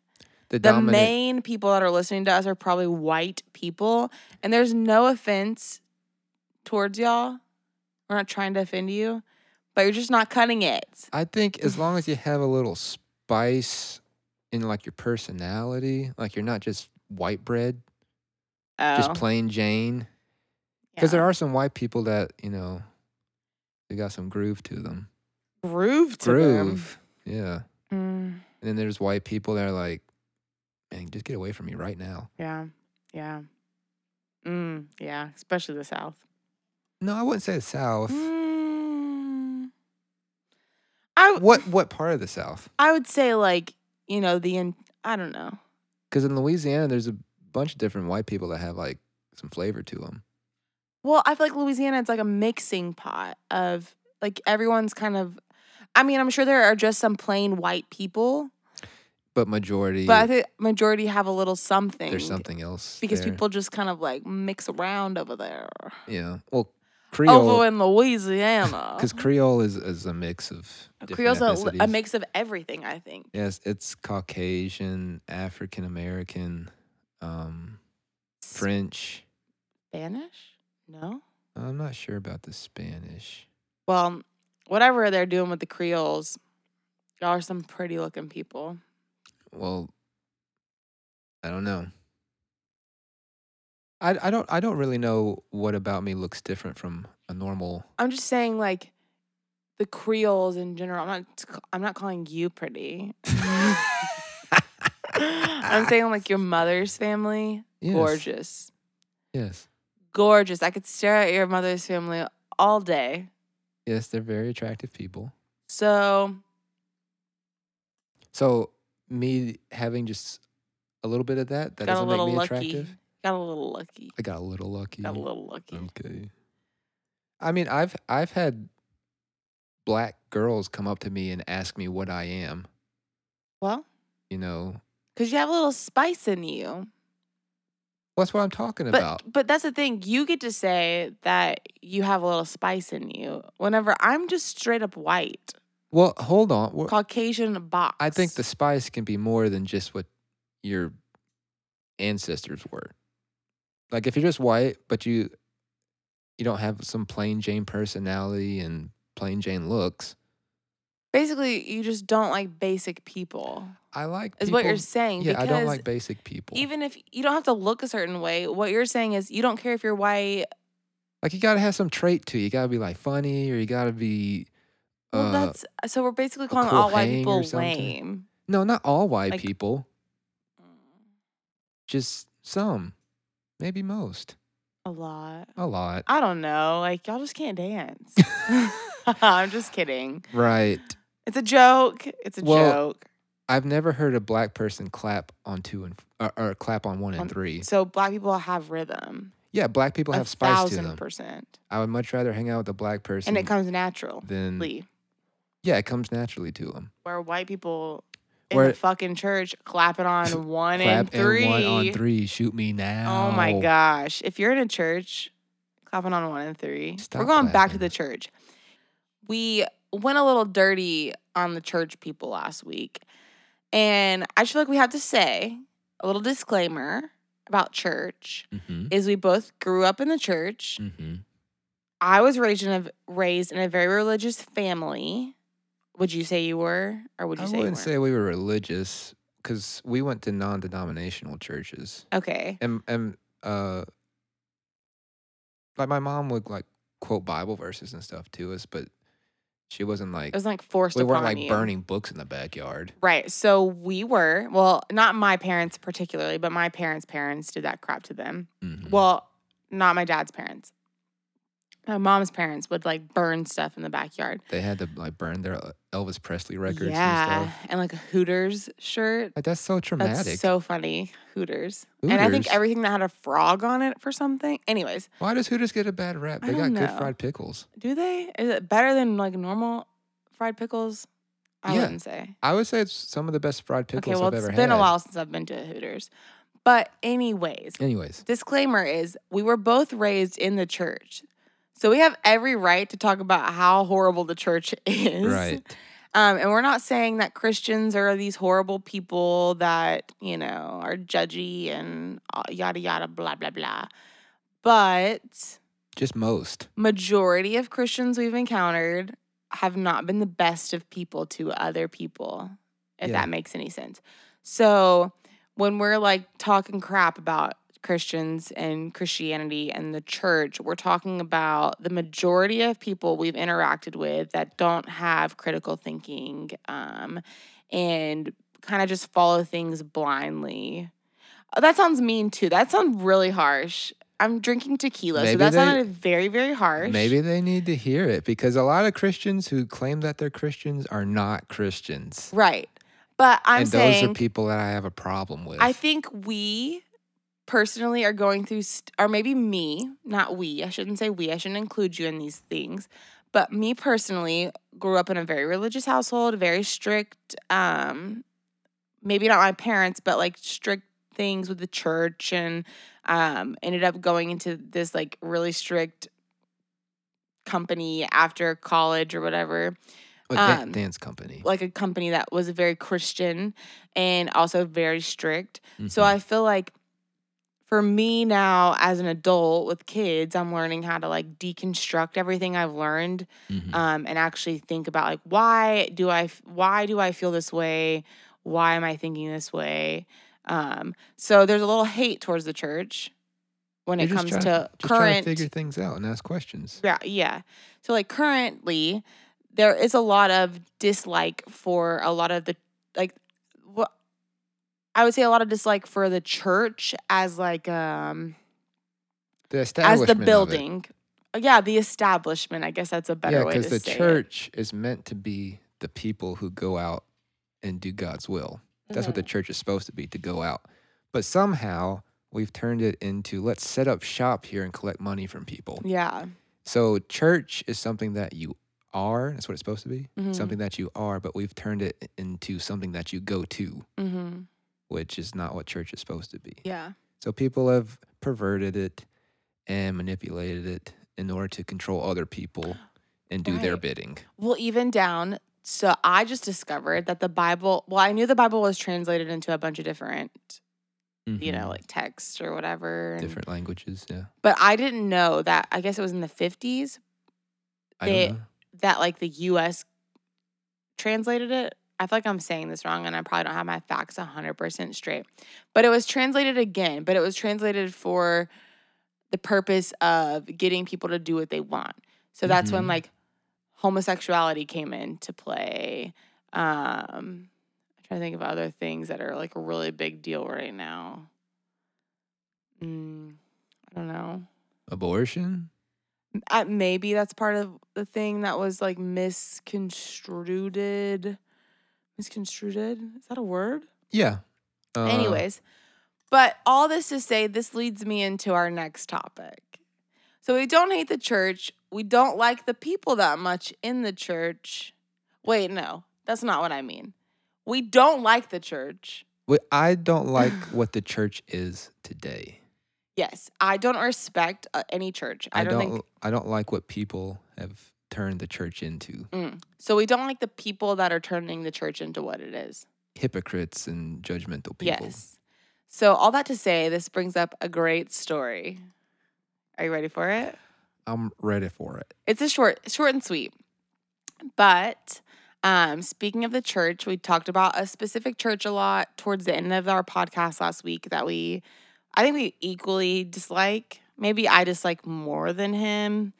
The the, dominant main people that are listening to us are probably white people. And there's no offense towards y'all. We're not trying to offend you, but you're just not cutting it. I think as long as you have a little spice in like your personality, like you're not just white bread, Oh, just plain Jane. Because yeah. there are some white people that you know, they got some groove to them. groove to Mm, groove, yeah. them. And then there's white people that are like, man, just get away from me right now. Mm, yeah, yeah, mm, yeah. Especially the South. No, I wouldn't say the South. Mm. I w- What what part of the South? I would say like you know the in- I don't know. Because in Louisiana, there's a bunch of different white people that have like some flavor to them. Well, I feel like Louisiana it's like a mixing pot of like everyone's kind of. I mean, I'm sure there are just some plain white people, But majority, but I think majority have a little something. there's something else because there. people just kind of like mix around over there. Yeah. Well, Creole. Over in Louisiana. Because Creole is, is a mix of different Creole's a, li- a ethnicities. mix of everything, I think. Yes, it's Caucasian, African American, um, French. Spanish? No. I'm not sure about the Spanish. Well, whatever they're doing with the Creoles, y'all are some pretty looking people. Well, I don't know. I, I don't I don't really know what about me looks different from a normal. I'm just saying, like, the Creoles in general. I'm not. c- I'm not calling you pretty. I'm saying like your mother's family, Yes, gorgeous, Yes. gorgeous. I could stare at your mother's family all day. Yes, they're very attractive people. So So me having just a little bit of that that got a doesn't little make me lucky. attractive. Got a little lucky. I got a little lucky. Got a little lucky. Okay. I mean, I've I've had black girls come up to me and ask me what I am. Well, You know, because you have a little spice in you. that's what I'm talking But about. but that's the thing. You get to say that you have a little spice in you. Whenever I'm just straight up white, Well, hold on. We're- Caucasian box. I think the spice can be more than just what your ancestors were. Like if you're just white, but you you don't have some plain Jane personality and plain Jane looks. basically you just don't like basic people. I like Is what you're people- saying? Yeah, I because don't like basic people. even if you don't have to look a certain way, what you're saying is you don't care if you're white. Like you gotta have some trait too. You gotta be like funny, or you gotta be. Well, uh, that's so we're basically calling cool all white hang people or something. lame. no, not all white like- people. Just some, maybe most, A lot. a lot. I don't know. Like y'all just can't dance. I'm just kidding. Right. It's a joke. It's a Well, joke. I've never heard a black person clap on two and or, or clap on one On- and three. So black people have rhythm. Yeah, black people Um, a have spice to thousand them. percent, I would much rather hang out with a black person and it comes naturally. than yeah, it comes naturally to them. Where white people in Where- the fucking church clapping on one and clap three. and one on three. Shoot me now. Oh my gosh! If you're in a church, clapping on one and three. Stop We're going back to clapping. the church. We went a little dirty on the church people last week, and I just feel like we have to say a little disclaimer about church Mm-hmm. is we both grew up in the church. Mm-hmm. I was raised in a raised in a very religious family. Would you say you were, or would you I say you wouldn't weren't? say we were religious because we went to non-denominational churches, okay, and and uh, like my mom would like quote Bible verses and stuff to us, but she wasn't like it was like forced. we weren't upon like you. burning books in the backyard. Right. So we were well, not my parents particularly, but my parents' parents did that crap to them. Mhm. Well, not my dad's parents. My mom's parents would like burn stuff in the backyard. they had to like burn their E-, Elvis Presley records yeah, and stuff. and like a Hooters shirt. Like, that's so traumatic. That's so funny. Hooters. And I think Hooters? everything that had a frog on it for something. Anyways, Why does Hooters get a bad rap? I They got don't good know. fried pickles. do they? Is it better than like normal fried pickles? I Yeah. wouldn't say. I would say it's some of the best fried pickles Okay, well, I've it's ever been had. a while since I've been to a Hooters. But, anyways, Anyways, disclaimer is we were both raised in the church. So we have every right to talk about how horrible the church is. right. Um, and we're not saying that Christians are these horrible people that, you know, are judgy and uh, yada, yada, blah, blah, blah. But Just most. majority of Christians we've encountered have not been the best of people to other people, if Yeah. that makes any sense. So when we're like talking crap about Christians and Christianity and the church, we're talking about the majority of people we've interacted with that don't have critical thinking um, and kind of just follow things blindly. Oh, that sounds mean too. That sounds really harsh. I'm drinking tequila, Maybe so that they- sounded very, very harsh. Maybe they need to hear it because a lot of Christians who claim that they're Christians are not Christians. Right. But I'm and saying those are people that I have a problem with. I think we personally are going through, st- or maybe me, not we. I shouldn't say we. I shouldn't include you in these things. But me personally grew up in a very religious household, very strict. Um, maybe not my parents, but like strict things with the church, and um, ended up going into this like really strict company after college or whatever a da- um, dance company. like a company that was very Christian and also very strict. So Mhm. I feel like for me now as an adult with kids, I'm learning how to like deconstruct everything I've learned Mhm. um, and actually think about like why do I f- why do I feel this way? Why am I thinking this way? Um, so there's a little hate towards the church when You're it just comes trying- to just trying current to figure things out and ask questions. yeah, yeah. So like currently, there is a lot of dislike for a lot of the like what I would say a lot of dislike for the church as like um The as establishment the of it. building. Uh, Yeah, the establishment. I guess that's a better yeah, way to the say it. church is meant to be the people who go out and do God's will. That's Mm-hmm. what the church is supposed to be to go out. But somehow we've turned it into let's set up shop here and collect money from people. Yeah. So church is something that you are. That's what it's supposed to be. Mhm. Something that you are, but we've turned it into something that you go to, Mm-hmm. which is not what church is supposed to be. Yeah. So people have perverted it and manipulated it in order to control other people and do their Right. bidding. Well, even down. So I just discovered that the Bible. Well, I knew the Bible was translated into a bunch of different, you know, Mhm. like texts or whatever. and- different languages. Yeah, But I didn't know that. I guess it was in the 50s I They- don't know. that like the US translated it. I feel like I'm saying this wrong and I probably don't have my facts 100% straight. But it was translated again, but it was translated for the purpose of getting people to do what they want. So that's when Mhm. like homosexuality came into play. Um I'm trying to think of other things that are like a really big deal right now. Mm, I don't know. Abortion. I, maybe that's part of the thing that was like misconstrued. Misconstrued? Is that a word? Yeah. Uh, Anyways, but all this to say, this leads me into our next topic. So we don't hate the church. We don't like the people that much in the church. Wait, no, that's not what I mean. We don't like the church. we- I don't like what the church is today. Yes, I don't respect uh, any church. I, don't, think. I don't like what people have turned the church into. Mm. So we don't like the people that are turning the church into what it is. Hypocrites and judgmental people. Yes. So, all that to say, this brings up a great story. Are you ready for it? I'm ready for it. It's a short, short and sweet. But um, speaking of the church, we talked about a specific church a lot towards the end of our podcast last week that we, I think we equally dislike. Maybe I dislike more than him,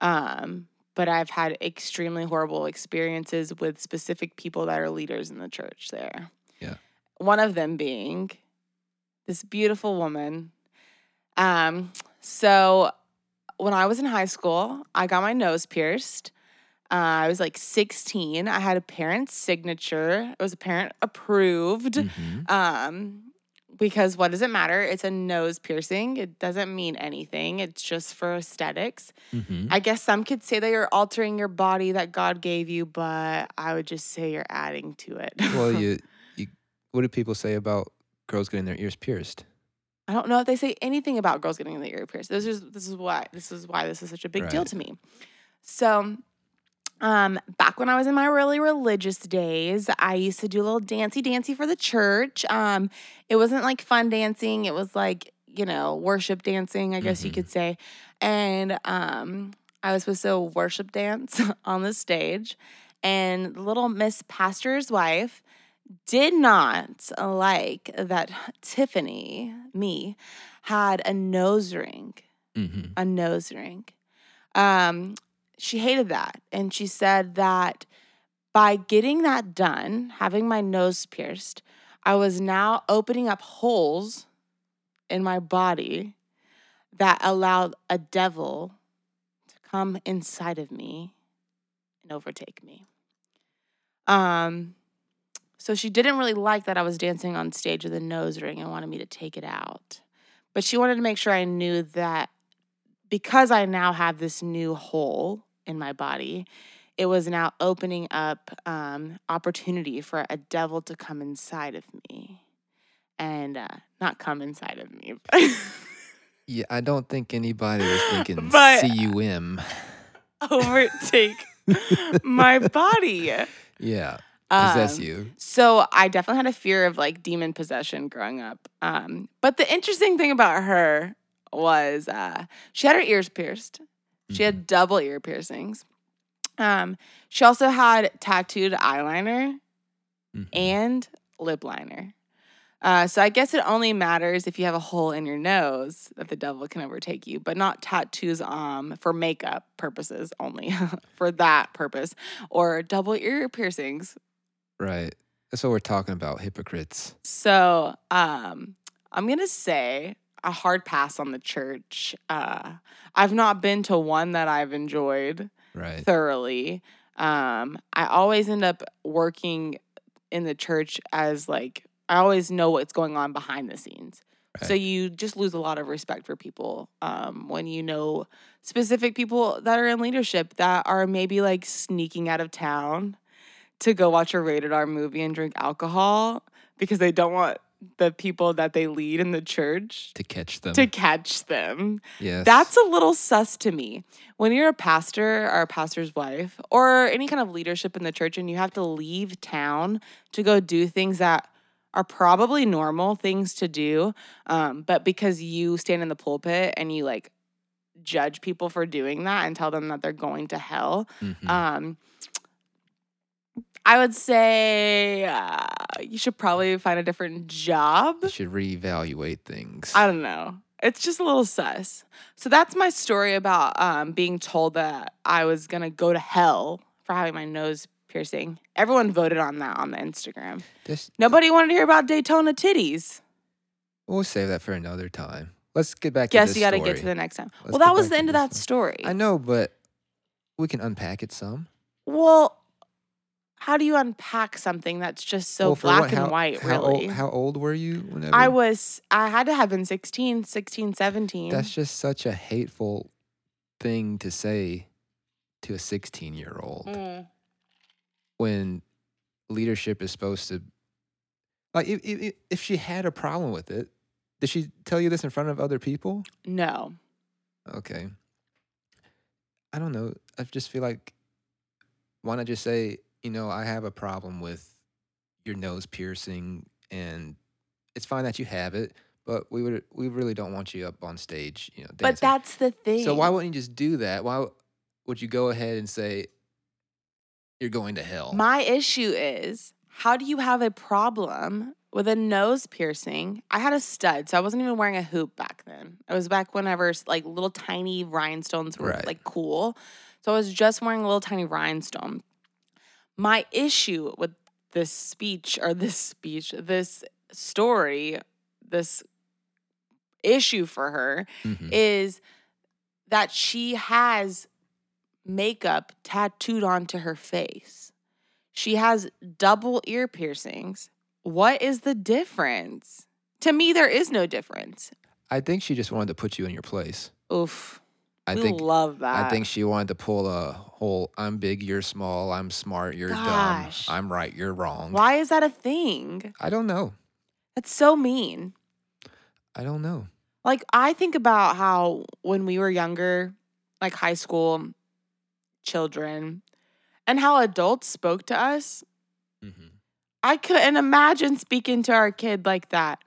um, but I've had extremely horrible experiences with specific people that are leaders in the church there. Yeah. One of them being this beautiful woman. Um, so when I was in high school, I got my nose pierced. Uh, I was like 16. I had a parent's signature. It was a parent approved. Mhm. Um, because what does it matter? It's a nose piercing. It doesn't mean anything. It's just for aesthetics. Mhm. I guess some could say that you're altering your body that God gave you, but I would just say you're adding to it. Well, you, you, what do people say about girls getting their ears pierced? I don't know if they say anything about girls getting the ear pierced. This is this is why this is why this is such a big deal Right. to me. So, um, back when I was in my really religious days, I used to do a little dancey dancey for the church. Um, it wasn't like fun dancing; it was like you know worship dancing, I guess you Mhm. could say. And um, I was supposed to worship dance on the stage, and little Miss Pastor's wife did not like that Tiffany, me, had a nose ring, Mm-hmm. a nose ring. Um, she hated that. And she said that by getting that done, having my nose pierced, I was now opening up holes in my body that allowed a devil to come inside of me and overtake me. Um, so she didn't really like that I was dancing on stage with a nose ring and wanted me to take it out. But she wanted to make sure I knew that because I now have this new hole in my body, it was now opening up um, opportunity for a devil to come inside of me and uh, not come inside of me. Yeah, I don't think anybody was thinking But- cum. overtake my body. Yeah, possess Um, you. So I definitely had a fear of like demon possession growing up. Um, but the interesting thing about her was uh, she had her ears pierced. She had double ear piercings. Um, she also had tattooed eyeliner Mhm. and lip liner. Uh, so I guess it only matters if you have a hole in your nose that the devil can overtake you, but not tattoos um for makeup purposes only for that purpose or double ear piercings right. That's what we're talking about, hypocrites. so um, I'm gonna say a hard pass on the church. Uh, I've not been to one that I've enjoyed Right. thoroughly. Um, I always end up working in the church as like I always know what's going on behind the scenes. So Right. you just lose a lot of respect for people um, when you know specific people that are in leadership that are maybe like sneaking out of town to go watch a rated R movie and drink alcohol because they don't want the people that they lead in the church to catch them. to catch them. yes. That's a little sus to me. When you're a pastor or a pastor's wife or any kind of leadership in the church and you have to leave town to go do things that are probably normal things to do, um, but because you stand in the pulpit and you like judge people for doing that and tell them that they're going to hell, Mhm. um, I would say uh, you should probably find a different job. you should reevaluate things. I don't know. It's just a little sus. So that's my story about um, being told that I was gonna go to hell for having my nose piercing. Everyone voted on that on the Instagram. This- Nobody wanted to hear about Daytona titties. we'll save that for another time. Let's get back to Guess this you got to story. get to the next time. Let's well, that get was back the to end of this that one. story. I know, but we can unpack it some. Well, how do you unpack something that's just so Well, for black what- how- and white? How really? old, how old were you? Whenever I was, I had to have been 16, 16, 17. That's just such a hateful thing to say to a 16 year old Mm. when leadership is supposed to. Like, if, if, if she had a problem with it, did she tell you this in front of other people? no. Okay. I don't know. I just feel like, why not just say, you know, I have a problem with your nose piercing and it's fine that you have it, but we would we really don't want you up on stage, you know. Dancing. But that's the thing. so why wouldn't you just do that? Why would you go ahead and say you're going to hell? My issue is how do you have a problem with a nose piercing? I had a stud, so I wasn't even wearing a hoop back then. It was back whenever s- like little tiny rhinestones were Right. like cool. So I was just wearing a little tiny rhinestone. My issue with this speech or this speech, this story, this issue for her Mhm. is that she has makeup tattooed onto her face. She has double ear piercings. What is the difference? To me, there is no difference. I think she just wanted to put you in your place. Oof. I we think love that. I think she wanted to pull a whole I'm big, you're small, I'm smart, you're Gosh. dumb, I'm right, you're wrong. Why is that a thing? I don't know. That's so mean. I don't know. Like I think about how when we were younger, like high school children, and how adults spoke to us I couldn't imagine speaking to our kid like that.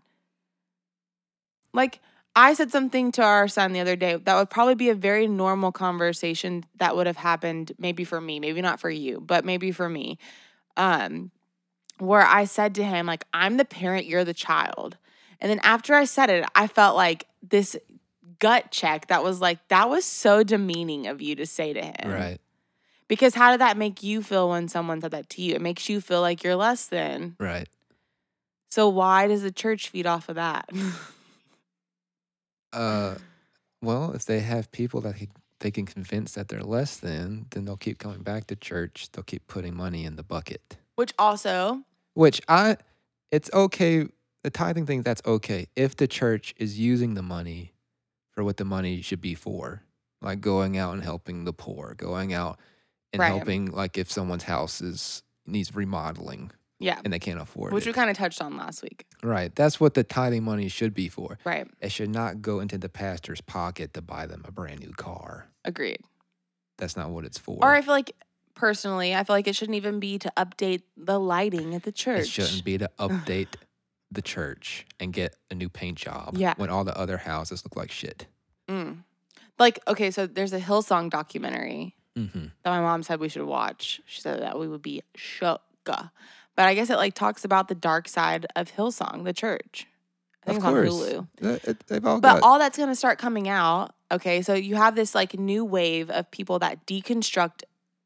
Like, I said something to our son the other day that would probably be a very normal conversation that would have happened maybe for me, maybe not for you, but maybe for me. Um, where I said to him, like, I'm the parent, you're the child. And then after I said it, I felt like this gut check that was like, that was so demeaning of you to say to him. Right. Because how did that make you feel when someone said that to you? It makes you feel like you're less than. Right. So why does the church feed off of that? Uh, well, if they have people that c- they can convince that they're less than, then they'll keep coming back to church. They'll keep putting money in the bucket. Which also, Which I, it's okay. The tithing thing, that's okay. If the church is using the money for what the money should be for, like going out and helping the poor, going out and Right. helping, like if someone's house is needs remodeling yeah, and they can't afford which it. we kind of touched on last week. right. That's what the tithing money should be for. Right. It should not go into the pastor's pocket to buy them a brand new car. Agreed. That's not what it's for. Or I feel like personally, I feel like it shouldn't even be to update the lighting at the church. It shouldn't be to update the church and get a new paint job Yeah. when all the other houses look like shit. Mm. Like, okay, so there's a Hillsong documentary hmm that my mom said we should watch. She said that we would be shook. But I guess it like talks about the dark side of Hillsong, the church. I think it's of on course. Hulu. Th- it- they've all But got. all that's going to start coming out. Okay. So you have this like new wave of people that deconstruct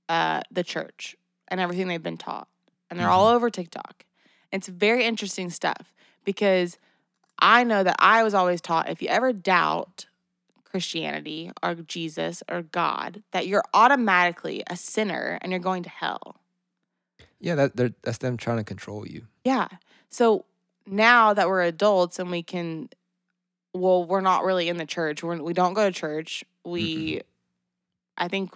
uh, the church and everything they've been taught. And they're all over TikTok. It's very interesting stuff because I know that I was always taught if you ever doubt Christianity or Jesus or God, that you're automatically a sinner and you're going to hell. yeah, that, they're- that's them trying to control you. Yeah. So now that we're adults and we can, well, we're not really in the church. We're, we don't go to church. We, I think,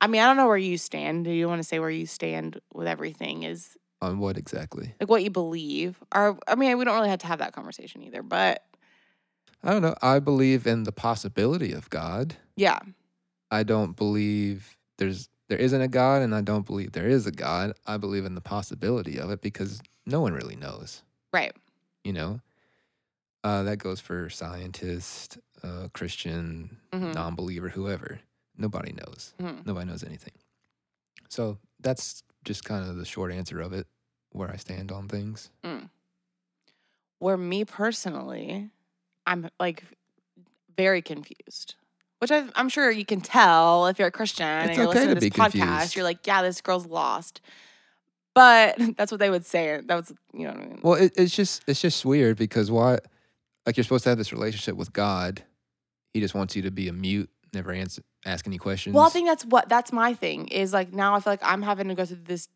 I mean, I don't know where you stand. Do you want to say where you stand with everything? Is On what exactly? like what you believe? Or, I mean, we don't really have to have that conversation either, but I don't know. I believe in the possibility of God. yeah. I don't believe there's there isn't a God, and I don't believe there is a God. I believe in the possibility of it because no one really knows. Right. you know uh, that goes for scientist uh, christian Mhm. non-believer whoever nobody knows Mhm. nobody knows anything so that's just kind of the short answer of it where i stand on things Where me personally, I'm like very confused. Which I, I'm sure you can tell if you're a Christian and It's you're okay listening to to this be podcast. confused. You're like, yeah, this girl's lost. But that's what they would say. That was, you know what I mean? well it, it's just it's just weird because why like you're supposed to have this relationship with god he just wants you to be a mute never answer ask any questions Well, I think that's what that's my thing is like now I feel like I'm having to go through this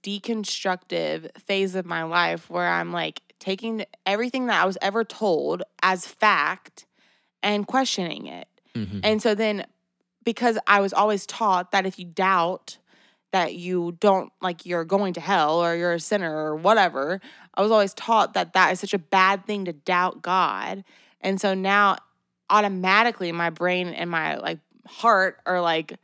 deconstructive phase of my life where I'm like taking everything that I was ever told as fact and questioning it. Mhm. And so then because I was always taught that if you doubt that you don't like you're going to hell or you're a sinner or whatever, I was always taught that that is such a bad thing to doubt God. And so now automatically my brain and my like heart are like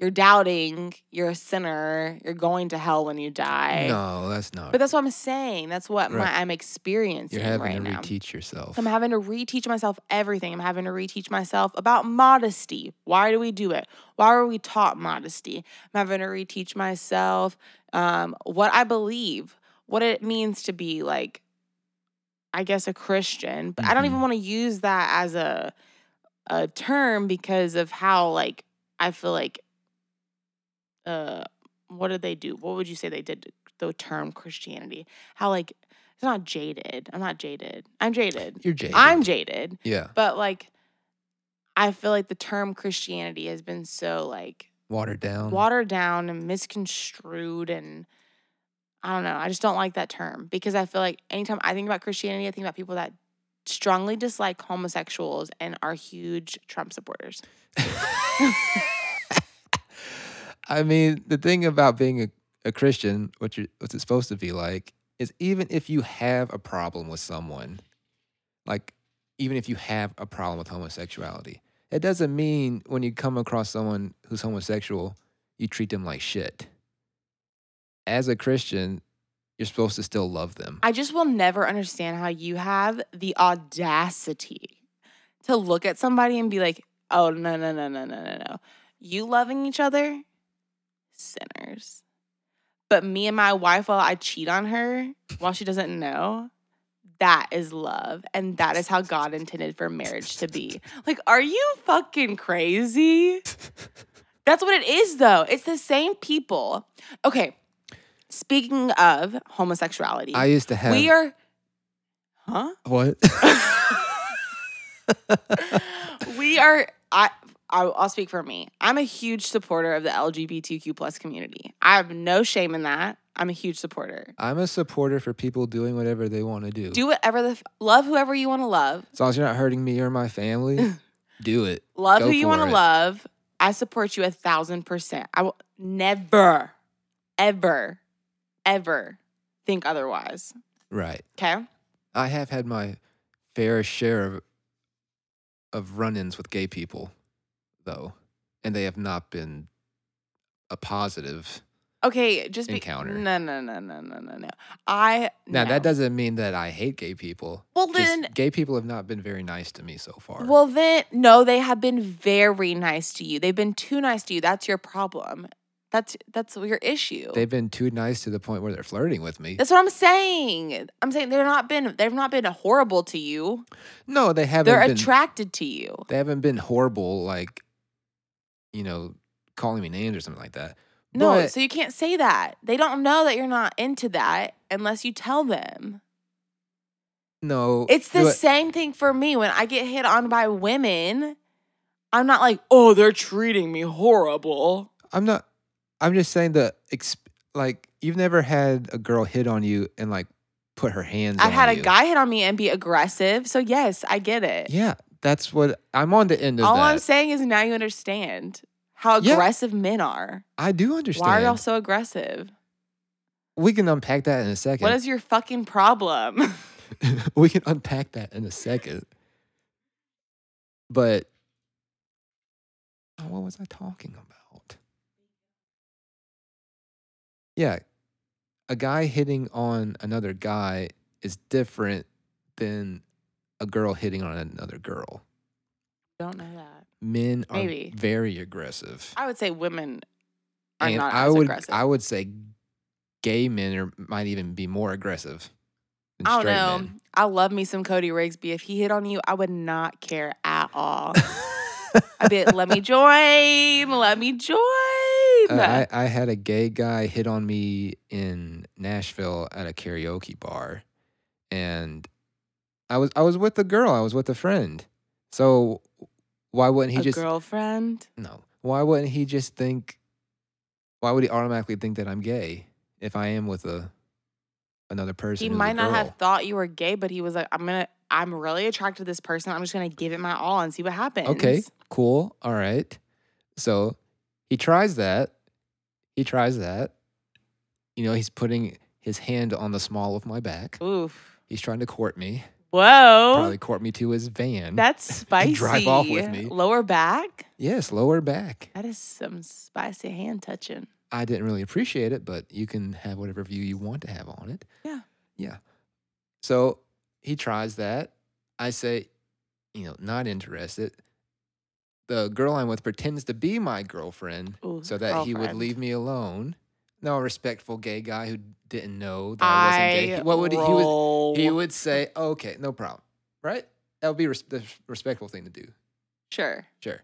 You're doubting. You're a sinner. You're going to hell when you die. No, that's not. But that's what I'm saying. That's what Right. my, I'm experiencing You're having right to now. reteach yourself. I'm having to reteach myself everything. I'm having to reteach myself about modesty. Why do we do it? Why were we taught modesty? I'm having to reteach myself um, what I believe, what it means to be like, I guess, a Christian. But I don't even Mhm. want to use that as a a term because of how like I feel like. Uh, what did they do? What would you say they did? to The term Christianity, how like it's not jaded. I'm not jaded. I'm jaded. You're jaded. I'm jaded, yeah, but like I feel like the term Christianity has been so like watered down. watered down and misconstrued and I don't know. I just don't like that term because I feel like anytime I think about Christianity, I think about people that strongly dislike homosexuals and are huge Trump supporters. I mean, the thing about being a, a Christian, what you what's it supposed to be like, is even if you have a problem with someone, like even if you have a problem with homosexuality, it doesn't mean when you come across someone who's homosexual, you treat them like shit. As a Christian, you're supposed to still love them. I just will never understand how you have the audacity to look at somebody and be like, oh, no, no, no, no, no, no, no. You loving each other, sinners. But me and my wife, while I cheat on her, while she doesn't know, that is love. And that is how God intended for marriage to be. Like, are you fucking crazy? That's what it is, though. It's the same people. Okay. Speaking of homosexuality, I used to have we are, huh? what? we are. I. I- I'll speak for me. I'm a huge supporter of the LGBTQ plus community. I have no shame in that. I'm a huge supporter. I'm a supporter for people doing whatever they want to do. Do whatever the f- love whoever you want to love. As long as you're not hurting me or my family, do it. Love Go who you for want to it. love. I support you a thousand percent. I will never, ever, ever think otherwise. Right. Okay. I have had my fair share of of run-ins with gay people, though, and they have not been a positive. Okay. Just be, Encounter. No, no, no, no, no, no, no. I Now no. that doesn't mean that I hate gay people. Well, Just then gay people have not been very nice to me so far. Well, then, no, they have been very nice to you. They've been too nice to you. That's your problem. That's that's your issue. they've been too nice to the point where they're flirting with me. that's what I'm saying. I'm saying they're not been they've not been horrible to you. No, they haven't. They're been, attracted to you. They haven't been horrible, like you know, calling me names or something like that. No, But- so you can't say that. They don't know that you're not into that unless you tell them. no, It's the but- same thing for me when I get hit on by women. I'm not like, "Oh, they're treating me horrible." I'm not. I'm just saying the exp- like you've never had a girl hit on you and like put her hands. I've on had a you. guy hit on me and be aggressive. So yes, I get it. Yeah, that's what I'm on the end of All that. I'm saying is now you understand how Yeah. aggressive men are. I do understand. Why are y'all so aggressive? we can unpack that in a second. What is your fucking problem? we can unpack that in a second. But oh, what was I talking about? Yeah, a guy hitting on another guy is different than a girl hitting on another girl. Don't know that. Men are Maybe. very aggressive. I would say women are not I as would aggressive. I would say gay men are, might even be more aggressive than I don't straight know. men. I love me some Cody Rigsby. If he hit on you, I would not care at all. I'd be like, let me join. Let me join. Uh, I, I had a gay guy hit on me in Nashville at a karaoke bar, and I was I was with a girl. I was with a friend. So why wouldn't he a just girlfriend. no? Why wouldn't he just think? Why would he automatically think that I'm gay if I am with a another person? He who's a might not have girl? thought you were gay, but he was like, I'm gonna I'm really attracted to this person. I'm just gonna give it my all and see what happens. Okay, cool. All right. So he tries that. He tries that. You know, he's putting his hand on the small of my back. Oof. He's trying to court me. Whoa. Probably caught me to his van. That's spicy. drive off with me. Lower back. yes, lower back. That is some spicy hand touching. I didn't really appreciate it, but you can have whatever view you want to have on it. Yeah. Yeah. So he tries that. I say, you know, not interested. The girl I'm with pretends to be my girlfriend Ooh, so that he would girlfriend. leave me alone. No, a respectful gay guy who didn't know that I, wasn't gay. He- What would he would roll. he would say, okay, no problem, right? That would be res- the respectful thing to do, Sure. sure.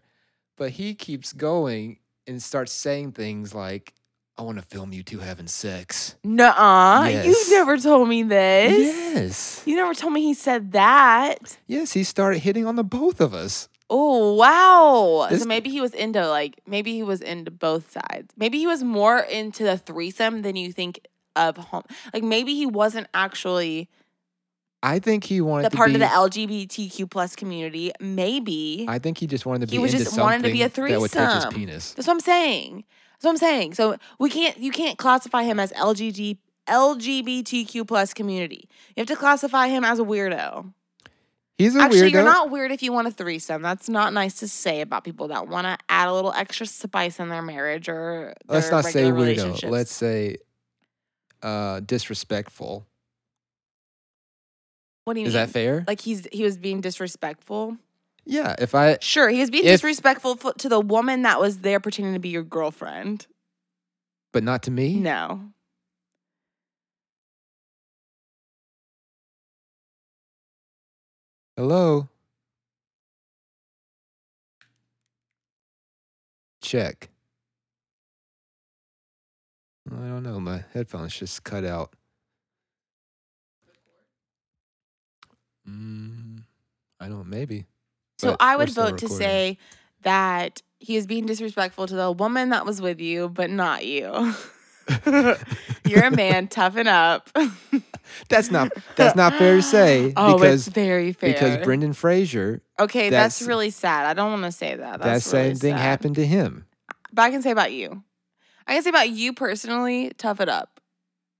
But he keeps going and starts saying things like, I want to film you two having sex. Nuh-uh. Yes. You never told me this. Yes. You never told me he said that. Yes, he started hitting on the both of us. Oh wow! This- so maybe he was into like maybe he was into both sides. Maybe he was more into the threesome than you think of home. Like maybe he wasn't actually I think he wanted the to part be, of the LGBTQ plus community. Maybe I think he just wanted to be He was into just something wanted to be a that would touch his threesome. penis. That's what I'm saying. That's what I'm saying. So we can't you can't classify him as LGG, LGBTQ plus community. You have to classify him as a weirdo. He's a Actually, weirdo. you're not weird if you want a threesome. That's not nice to say about people that want to add a little extra spice in their marriage or their Let's not say regular weirdo. relationships. Let's say uh, disrespectful. what do you Is mean? that fair? Like he's he was being disrespectful. yeah. If I Sure, he was being If- disrespectful fo- to the woman that was there pretending to be your girlfriend. but not to me. No. Hello. Check. I don't know. My headphones just cut out. Mm, I don't. Maybe. So But I we're would still vote to recording. say that he is being disrespectful to the woman that was with you, but not you. You're a man, toughen up. That's not. That's not fair to say oh, because it's very fair. because Brendan Fraser. okay, that's, that's- really sad. I don't want to say that. That That's same really thing sad. happened to him. But I can say about you. I can say about you personally, tough it up.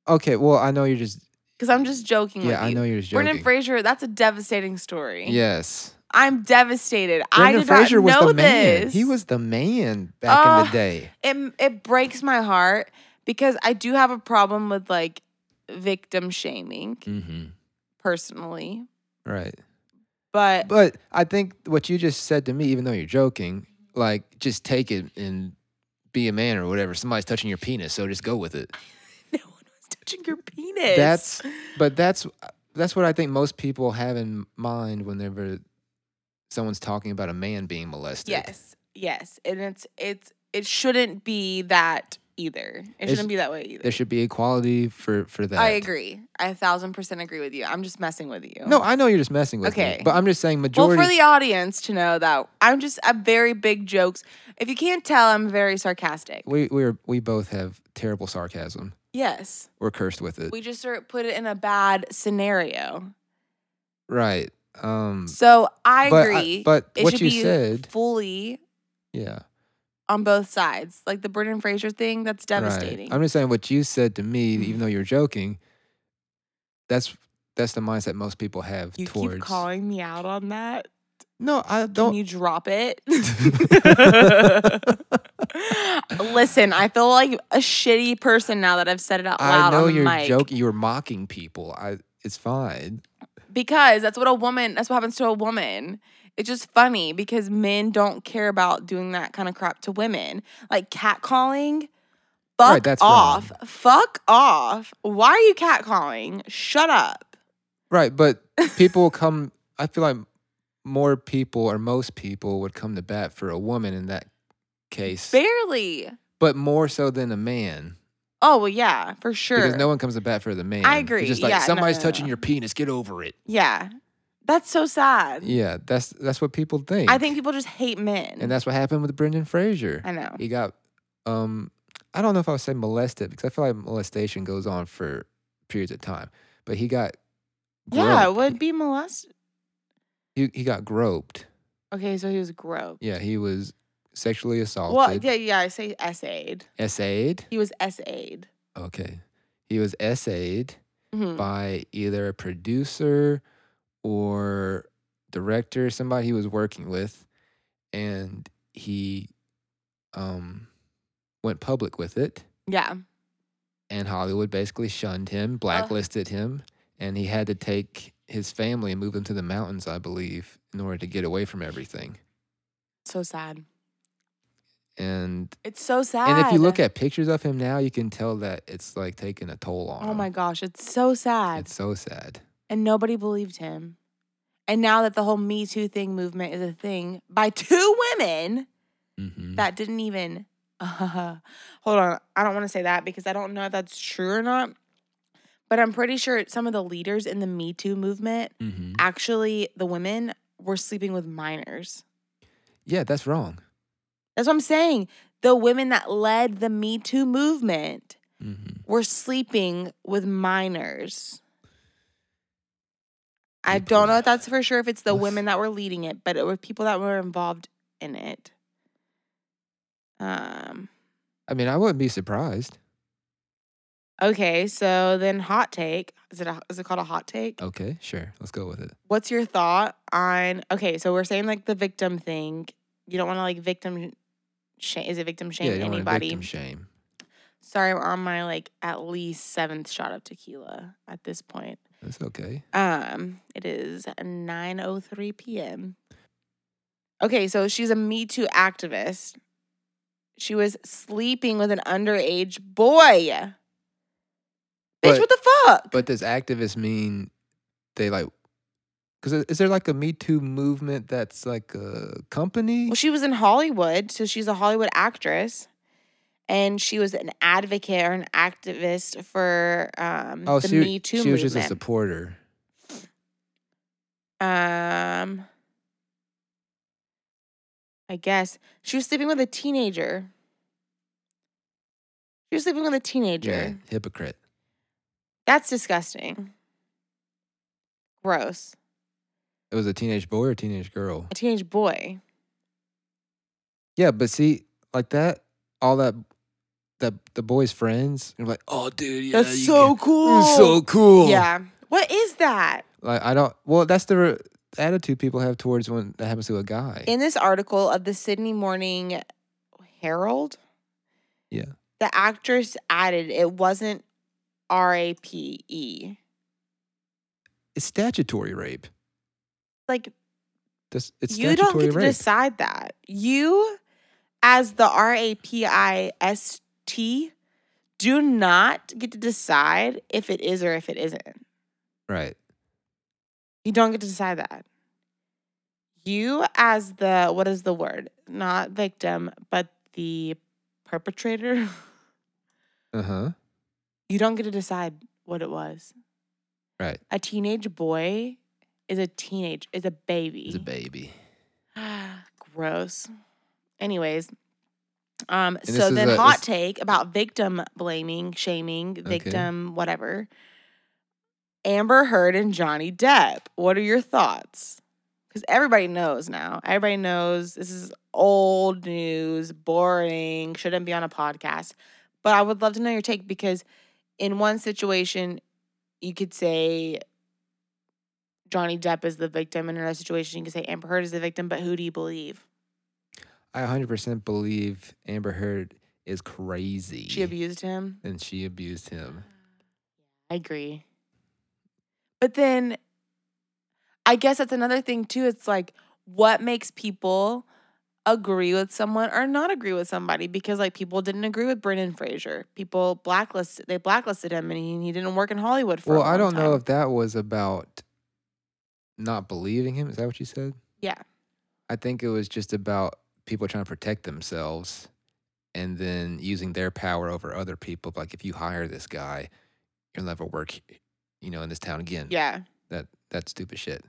Okay. Well, I know you're just. Because I'm just joking with Yeah, I you. know you're just joking. Brendan Fraser, that's a devastating story. Yes. I'm devastated. I Brendan did Fraser not was know the man. this. He was the man back in Ah. the day. it it breaks my heart because I do have a problem with like victim shaming Mm-hmm. personally, Right. but, But I think what you just said to me, even though you're joking, like just take it and be a man or whatever. Somebody's touching your penis, so just go with it. no one was touching your penis. That's but that's that's what I think most people have in mind whenever someone's talking about a man being molested. yes, yes, and it's it's it shouldn't be that either. It It's- shouldn't be that way either. There should be equality for for that. I agree. I a thousand percent agree with you. I'm just messing with you. No, I know you're just messing with me, Okay. but I'm just saying majority. Well, for the audience to know that I'm just I'm very big jokes. If you can't tell, I'm very sarcastic. we we are, we both have terrible sarcasm. yes, We're cursed with it. we just sort of put it in a bad scenario. Right. Um So I but I- agree. but it what should you be said- fully yeah. on both sides, like the Brendan Fraser thing. That's right. devastating. Mm-hmm. I'm just saying what you said to me, even though you're joking, that's that's the mindset most people have You towards keep calling me out on that. No, I Can don't you drop it? Listen, I feel like a shitty person now that I've said it out I loud know on the you're mic. joking you're mocking people. I it's fine. Because that's what a woman. That's what happens to a woman. It's just funny because men don't care about doing that kind of crap to women, like catcalling. Fuck Right, that's off. Fuck off. Why are you catcalling? Shut up. Right, but people will come I feel like more people or most people would come to bat for a woman in that case. Barely. but more so than a man. Oh well, yeah, for sure. Because no one comes to bat for the man. agree, It's just like yeah, no, somebody's no, no, touching no. your penis, get over it. yeah, that's so sad. Yeah, that's that's what people think. I think people just hate men. and that's what happened with Brendan Fraser. I know. He got, um, I don't know if I would say molested because I feel like molestation goes on for periods of time, but he got, Yeah, it groped. would be molest. He, he got groped. Okay, so he was groped. Yeah, he was sexually assaulted. Well, yeah, yeah. I say essayed. Essayed. He was essayed. Okay, he was essayed Mhm. by either a producer or director, somebody he was working with, and he um, went public with it. Yeah. And Hollywood basically shunned Oh. him, blacklisted him, and he had to take his family and move them to the mountains, I believe, in order to get away from everything. So sad. And It's so sad. and if you look at pictures of him now, you can tell that it's like taking a toll on him. Oh my gosh, it's so sad. It's so sad. and nobody believed him. And now that the whole Me Too thing movement is a thing by two women Mm-hmm. that didn't even. hold on, I don't want to say that because I don't know if that's true or not. But I'm pretty sure some of the leaders in the Me Too movement mm-hmm. actually, the women were sleeping with minors. Yeah, that's wrong. That's what I'm saying. The women that led the Me Too movement Mm-hmm. were sleeping with minors. I People- don't know if that's for sure if it's the Let's- women that were leading it, but it were people that were involved in it. Um I mean, I wouldn't be surprised. okay, so then hot take. Is it a, is it called a hot take? Okay, sure. Let's go with it. What's your thought on okay, so we're saying like the victim thing. You don't want to like victim shame is it victim shame yeah, you don't wanna anybody? victim shame. Sorry, we're on my like at least seventh shot of tequila at this point. That's okay. Um, it is 9:03 p.m. Okay, so she's a Me Too activist. She was sleeping with an underage boy. Bitch, But- what the fuck? But does activists mean they like? Because is there like a Me Too movement that's like a company? well, she was in Hollywood, so she's a Hollywood actress, and she was an advocate or an activist for um oh, the she, Me Too she movement. was just a supporter. Um, I guess she was sleeping with a teenager. She was sleeping with a teenager. Yeah, hypocrite. That's disgusting. Gross. It was a teenage boy or a teenage girl. A teenage boy. Yeah, but see, like that, all that, that the boy's friends, you're like, oh, dude, yeah, That's you so get- cool. it's so cool. Yeah. What is that? Like I don't. Well, that's the re- attitude people have towards when that happens to a guy. In this article of the Sydney Morning Herald, Yeah. the actress added it wasn't R A P E. it's statutory rape. Like That's it's you don't statutory get to rape. decide that. You, as the R A P I S T, do not get to decide if it is or if it isn't. right. You don't get to decide that. You, as the what is the word? Not victim, but the perpetrator. Uh huh. You don't get to decide what it was. Right. A teenage boy is a teenage is a baby. It's a baby. Gross. Anyways, um, this so is then a- hot this- take about victim blaming, shaming, victim, whatever. Amber Heard and Johnny Depp. What are your thoughts? Because everybody knows now. Everybody knows this is old news, boring, shouldn't be on a podcast. But I would love to know your take because in one situation, you could say Johnny Depp is the victim. In another situation, you could say Amber Heard is the victim. But who do you believe? I 100% believe Amber Heard is crazy. She abused him. and she abused him. Uh, I agree. But then I guess that's another thing too. It's like what makes people agree with someone or not agree with somebody because like people didn't agree with Brendan Fraser. People blacklisted they blacklisted him and he, he didn't work in Hollywood for a Well, I long don't know time. if that was about not believing him. Is that what you said? Yeah. I think it was just about people trying to protect themselves and then using their power over other people. Like, if you hire this guy, you'll never work, you know, in this town again. Yeah. That, that stupid shit.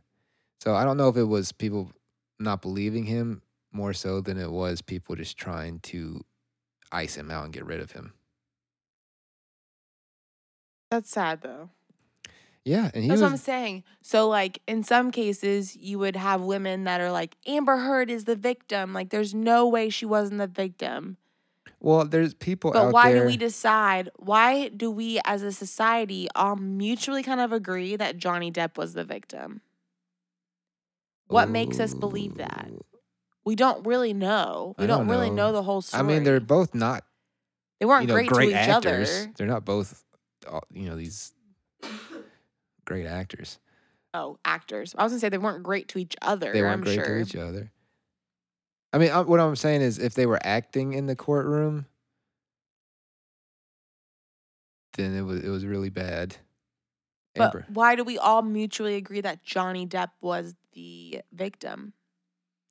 So I don't know if it was people not believing him more so than it was people just trying to ice him out and get rid of him. That's sad though. Yeah. And he That's was, what I'm saying. So, like, in some cases, you would have women that are like, Amber Heard is the victim. Like, there's no way she wasn't the victim. well, there's people But out why there. do we decide? Why do we as a society all mutually kind of agree that Johnny Depp was the victim? What makes us believe that? Ooh. We don't really know. We I don't, don't really know. know the whole story. I mean, they're both not they weren't you know great, great to each actors. other. They're not both uh, you know these great actors. Oh, actors. I was gonna say they weren't great to each other. They weren't I'm great sure. to each eh, other. I mean, I, what I'm saying is, if they were acting in the courtroom, then it was it was really bad. But Amber, why do we all mutually agree that Johnny Depp was the victim?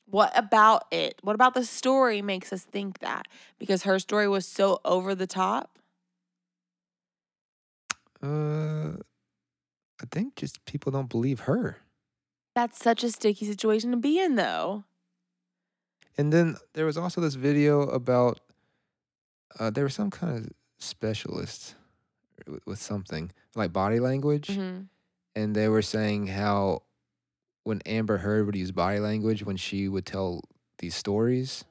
What about it? What about the story makes us think that? Because her story was so over the top. uh, I think just people don't believe her. That's such a sticky situation to be in, though. And then there was also this video about uh, there was some kind of specialist with, with something like body language, Mhm. and they were saying how when Amber Heard would use body language when she would tell these stories,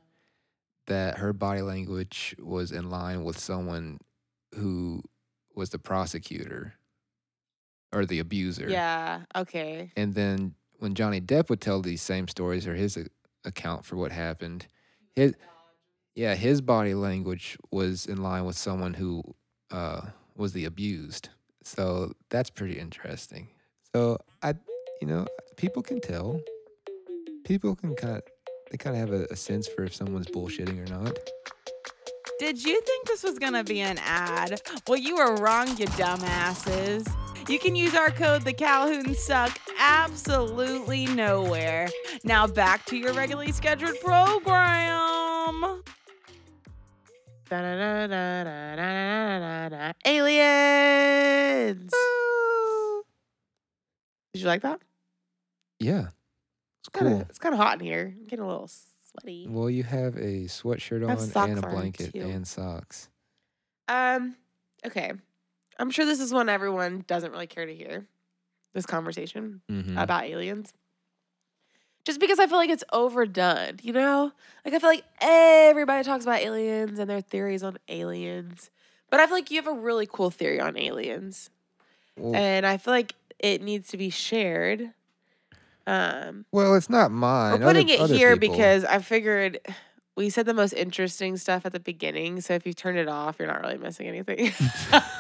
that her body language was in line with someone who was the prosecutor or the abuser. Yeah. Okay. And then when Johnny Depp would tell these same stories or his a- account for what happened, his yeah, his body language was in line with someone who uh, was the abused. So that's pretty interesting. So I, you know, people can tell. People can kind of, they kind of have a, a sense for if someone's bullshitting or not. Did you think this was going to be an ad? Well, you were wrong, you dumbasses. You can use our code the Calhoun suck absolutely nowhere. Now back to your regularly scheduled program. Da-da-da-da-da-da-da-da-da. Aliens. Did you like that? Yeah, it's Kinda- cool. It's kind of hot in here. I'm getting a little sweaty. Well, you have a sweatshirt I have on socks and a on, blanket too. and socks. Um, okay. I'm sure this is one everyone doesn't really care to hear. This conversation Mm-hmm. about aliens. Just because I feel like it's overdone, you know? Like I feel like everybody talks about aliens and their theories on aliens. But I feel like you have a really cool theory on aliens. And I feel like it needs to be shared. Um Well, it's not mine. we're Other- putting it other here people. because I figured we said the most interesting stuff at the beginning. So if you turn it off, you're not really missing anything.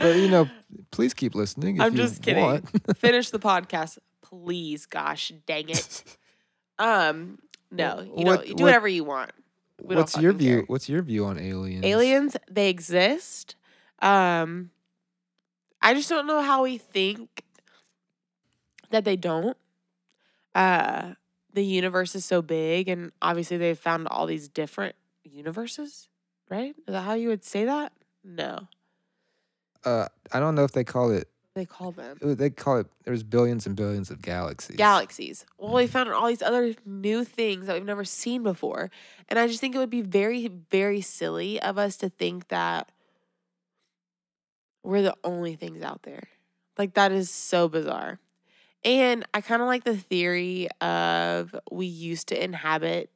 But you know, please keep listening. If I'm you just kidding. want. Finish the podcast, please. Gosh dang it. Um, no, you don't. What- You what- do whatever you want. We don't What's your fucking view? care. What's your view on aliens? Aliens, they exist. Um, I just don't know how we think that they don't. Uh, the universe is so big, and obviously they've found all these different universes, right? Is that how you would say that? No, Uh, I don't know if they call it. they call them They call it. There's billions and billions of galaxies. galaxies. Well, we found all these other new things that we've never seen before. And I just think it would be very, very silly of us to think that we're the only things out there. Like, that is so bizarre. And I kind of like the theory of we used to inhabit,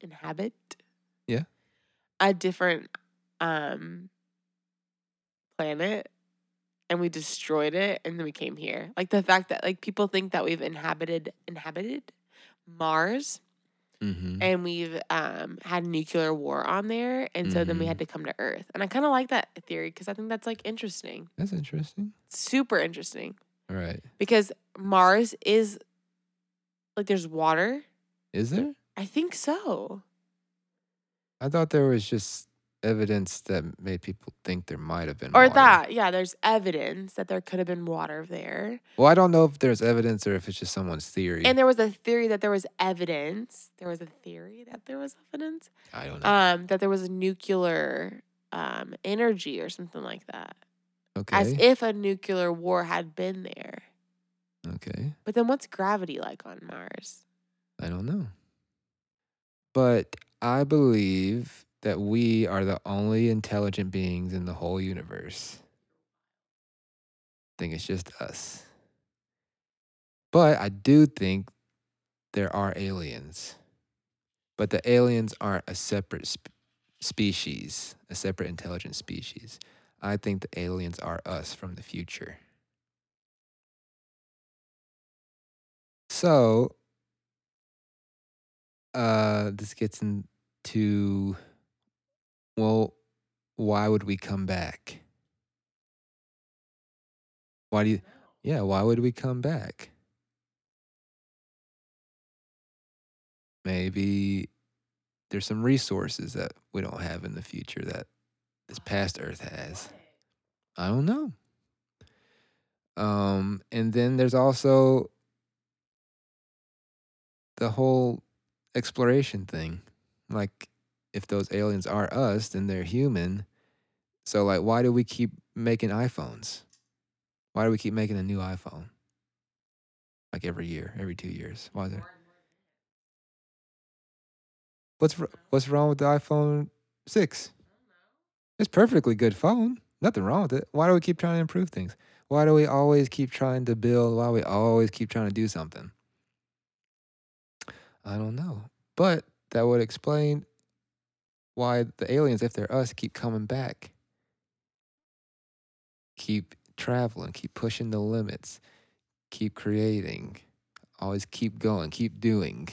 inhabit? Yeah. A different um, planet and we destroyed it and then we came here. Like the fact that like people think that we've inhabited inhabited Mars Mm-hmm. and we've um had nuclear war on there and so then we Mhm. had to come to Earth. And I kind of like that theory cuz I think that's like interesting. That's interesting. Super interesting All right. because Mars is like there's water. Is there? I think so. I thought there was just evidence that made people think there might have been. Or water. that, yeah, there's evidence that there could have been water there. Well, I don't know if there's evidence or if it's just someone's theory. And there was a theory that there was evidence. There was a theory that there was evidence. I don't know. Um, that there was nuclear um energy or something like that. As okay. if a nuclear war had been there. okay. But then what's gravity like on Mars? I don't know. But I believe that we are the only intelligent beings in the whole universe. I think it's just us. But I do think there are aliens. But the aliens aren't a separate sp- species, a separate intelligent species. I think the aliens are us from the future. So, uh, this gets into well, why would we come back? Why do you? Yeah, why would we come back? Maybe there's some resources that we don't have in the future that this past Earth has. I don't know. Um, and then there's also the whole exploration thing. Like, if those aliens are us, then they're human. So, like, why do we keep making iPhones? Why do we keep making a new iPhone? Like every year, every two years. Why is there? What's wr- what's wrong with the iPhone six? It's perfectly good phone. Nothing wrong with it. Why do we keep trying to improve things? Why do we always keep trying to build? Why we always keep trying to do something? I don't know. But that would explain why the aliens, if they're us, keep coming back. Keep traveling, keep pushing the limits, keep creating, always keep going, keep doing.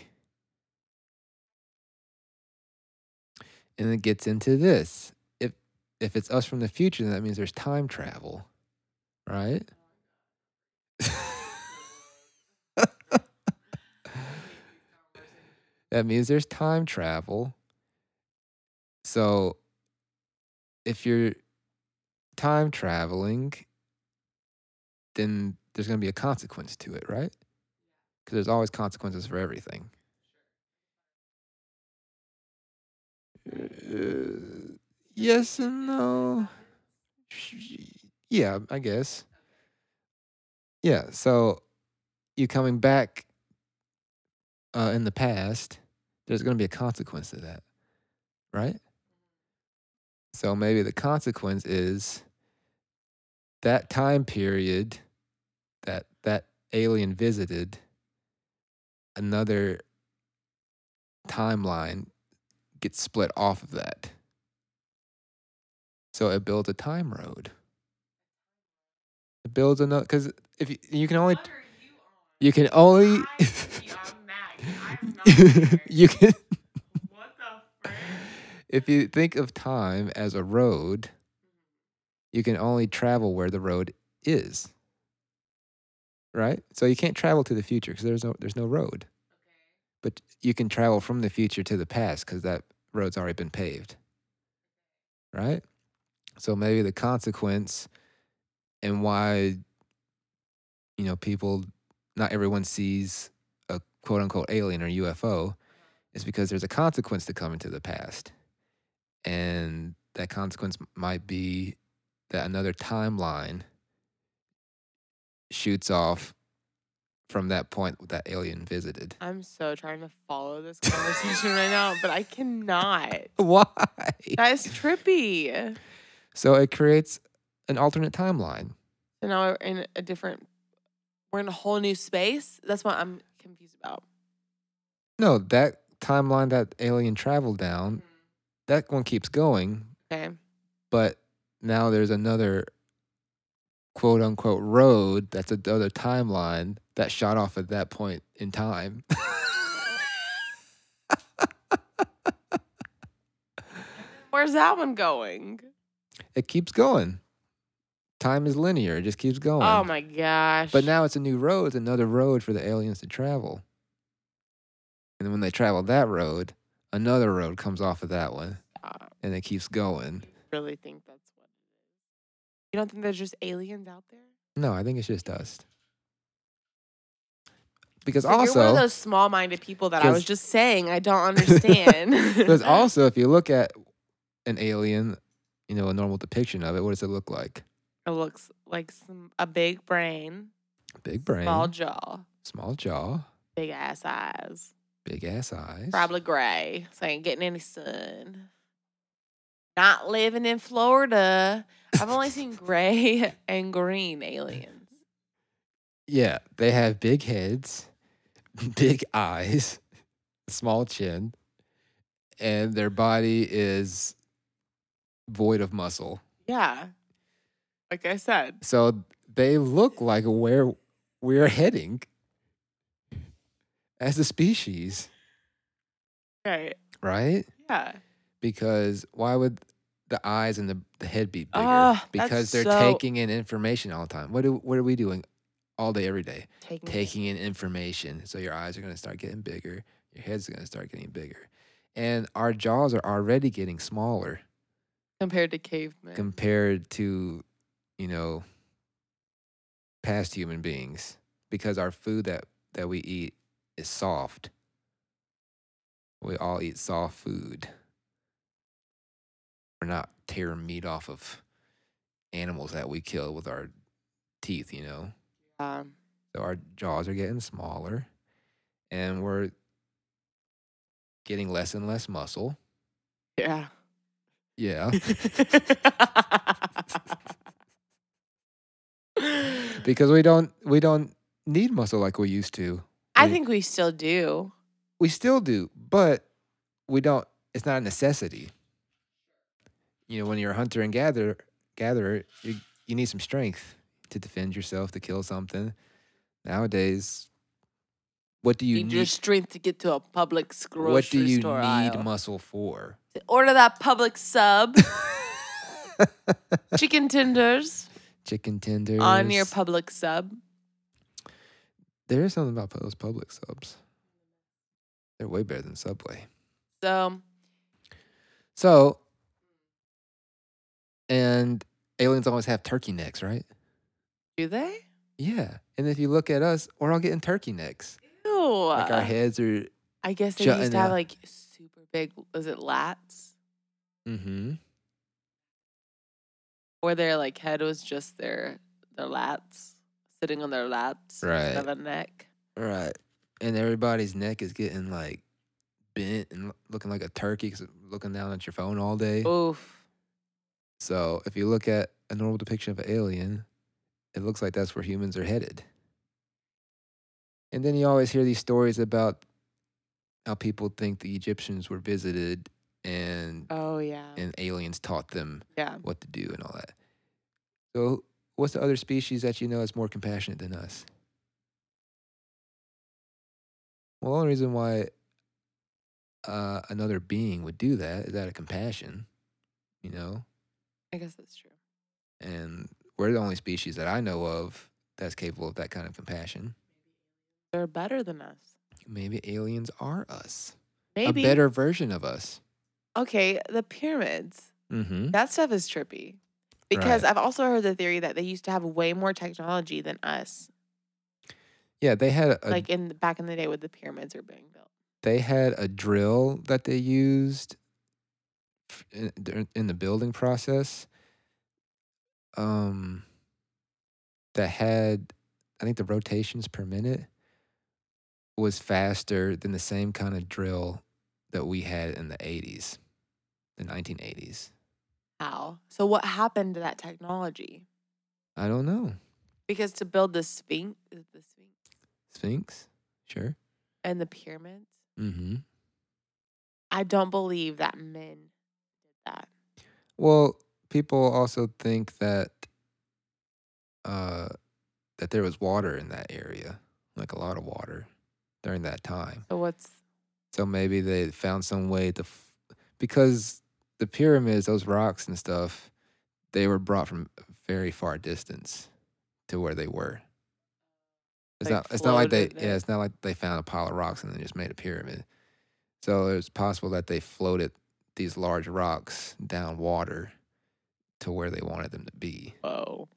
And it gets into this. If if it's us from the future, then that means there's time travel, right? that means there's time travel. So if you're time traveling, then there's going to be a consequence to it, right? Because there's always consequences for everything. Uh, yes and no. Sh- Yeah, I guess. Yeah, so you coming back uh, in the past, there's going to be a consequence to that, right? So maybe the consequence is that time period that that alien visited another timeline gets split off of that. So it builds a time road. It builds another cuz if you, you can only you can only you can if you think of time as a road, you can only travel where the road is. Right? So you can't travel to the future because there's no there's no road. But you can travel from the future to the past because that road's already been paved. Right? So maybe the consequence and why you know people not everyone sees a quote unquote alien or UFO is because there's a consequence to coming to the past. And that consequence m- might be that another timeline shoots off from that point that alien visited. I'm so trying to follow this conversation right now, but I cannot. Why? That is trippy. So it creates an alternate timeline. So now we're in a different, we're in a whole new space. That's what I'm confused about. No, that timeline that alien traveled down, that one keeps going, Okay. but now there's another quote unquote road that's another timeline that shot off at that point in time. Where's that one going? it keeps going. Time is linear, it just keeps going. Oh my gosh. But now it's a new road, it's another road for the aliens to travel. And then when they travel that road, another road comes off of that one Stop. and it keeps going. really think that's what it is. You don't think there's just aliens out there? No, I think it's just us. Because So also you're one of those small-minded people that I 'cause- was just saying I don't understand. Because also, if you look at an alien, you know, a normal depiction of it, what does it look like? it looks like some a big brain, Big brain, small small, jaw, jaw, big ass eyes, big ass eyes. probably gray, so I ain't getting any sun. Not living in Florida. I've only seen gray and green aliens. Yeah, they have big heads, big eyes, small chin, and their body is void of muscle. Yeah. Like I said. So they look like where we're heading. as a species, Right. right? Yeah. Because why would the eyes and the, the head be bigger? Ah, that's because they're so- taking in information all the time. What do what are we doing all day every day? Taking. Taking in information. So your eyes are going to start getting bigger, your head's going to start getting bigger. And our jaws are already getting smaller Compared to cavemen. compared to, you know, past human beings because our food that that we eat is soft. We all eat soft food. We're not tearing meat off of animals that we kill with our teeth, you know. Um, So our jaws are getting smaller and we're getting less and less muscle. yeah. Yeah. because we don't we don't need muscle like we used to. I We- think we still do. we still do, but we don't. It's not a necessity. You know, when you're a hunter and gatherer, gatherer, you you need some strength to defend yourself to kill something. Nowadays, what do you need need? your strength to get to a public grocery What do you need store aisle. muscle for? To Order that public sub, chicken tenders Chicken tenders on your public sub. there is something about those public subs. They're way better than Subway. So So, and aliens always have turkey necks, right? do they? Yeah. And if you look at us, we're all getting turkey necks. Ew. Like our heads are. I guess they jutting used to have out. like super big. Was it lats? Mm-hmm. Where their like head was just their their lats sitting on their lats instead Right. of a neck. Right. And everybody's neck is getting like bent and lo- looking like a turkey because looking down at your phone all day. Oof. So if you look at a normal depiction of an alien, it looks like that's where humans are headed. And then you always hear these stories about how people think the Egyptians were visited and Oh yeah. and aliens taught them Yeah. what to do and all that. So, what's the other species that you know is more compassionate than us? Well, the only reason why uh, another being would do that is out of compassion, you know? I guess that's true. And we're the only species that I know of that's capable of that kind of compassion. They're better than us. Maybe aliens are us, Maybe. a better version of us. Okay, the pyramids. Mm-hmm. That stuff is trippy. Because Right. I've also heard the theory that they used to have way more technology than us, Yeah, they had a like in the, back in the day when the pyramids were being built. they had a drill that they used f- in, dur- in the building process um that had i think the rotations per minute was faster than the same kind of drill that we had in the 80s the 1980s How? So what happened to that technology? i don't know Because to build the Sphinx, is it the Sphinx sphinx sure and the pyramids, mhm I don't believe that men did that. Well, people also think that uh that there was water in that area, like a lot of water during that time. So what's So maybe they found some way to f- because the pyramids, those rocks and stuff, they were brought from a very far distance to where they were. It's Like not it's not like they floated yeah, it. it's not like they found a pile of rocks and then just made a pyramid. So it's possible that they floated these large rocks down water to where they wanted them to be. whoa?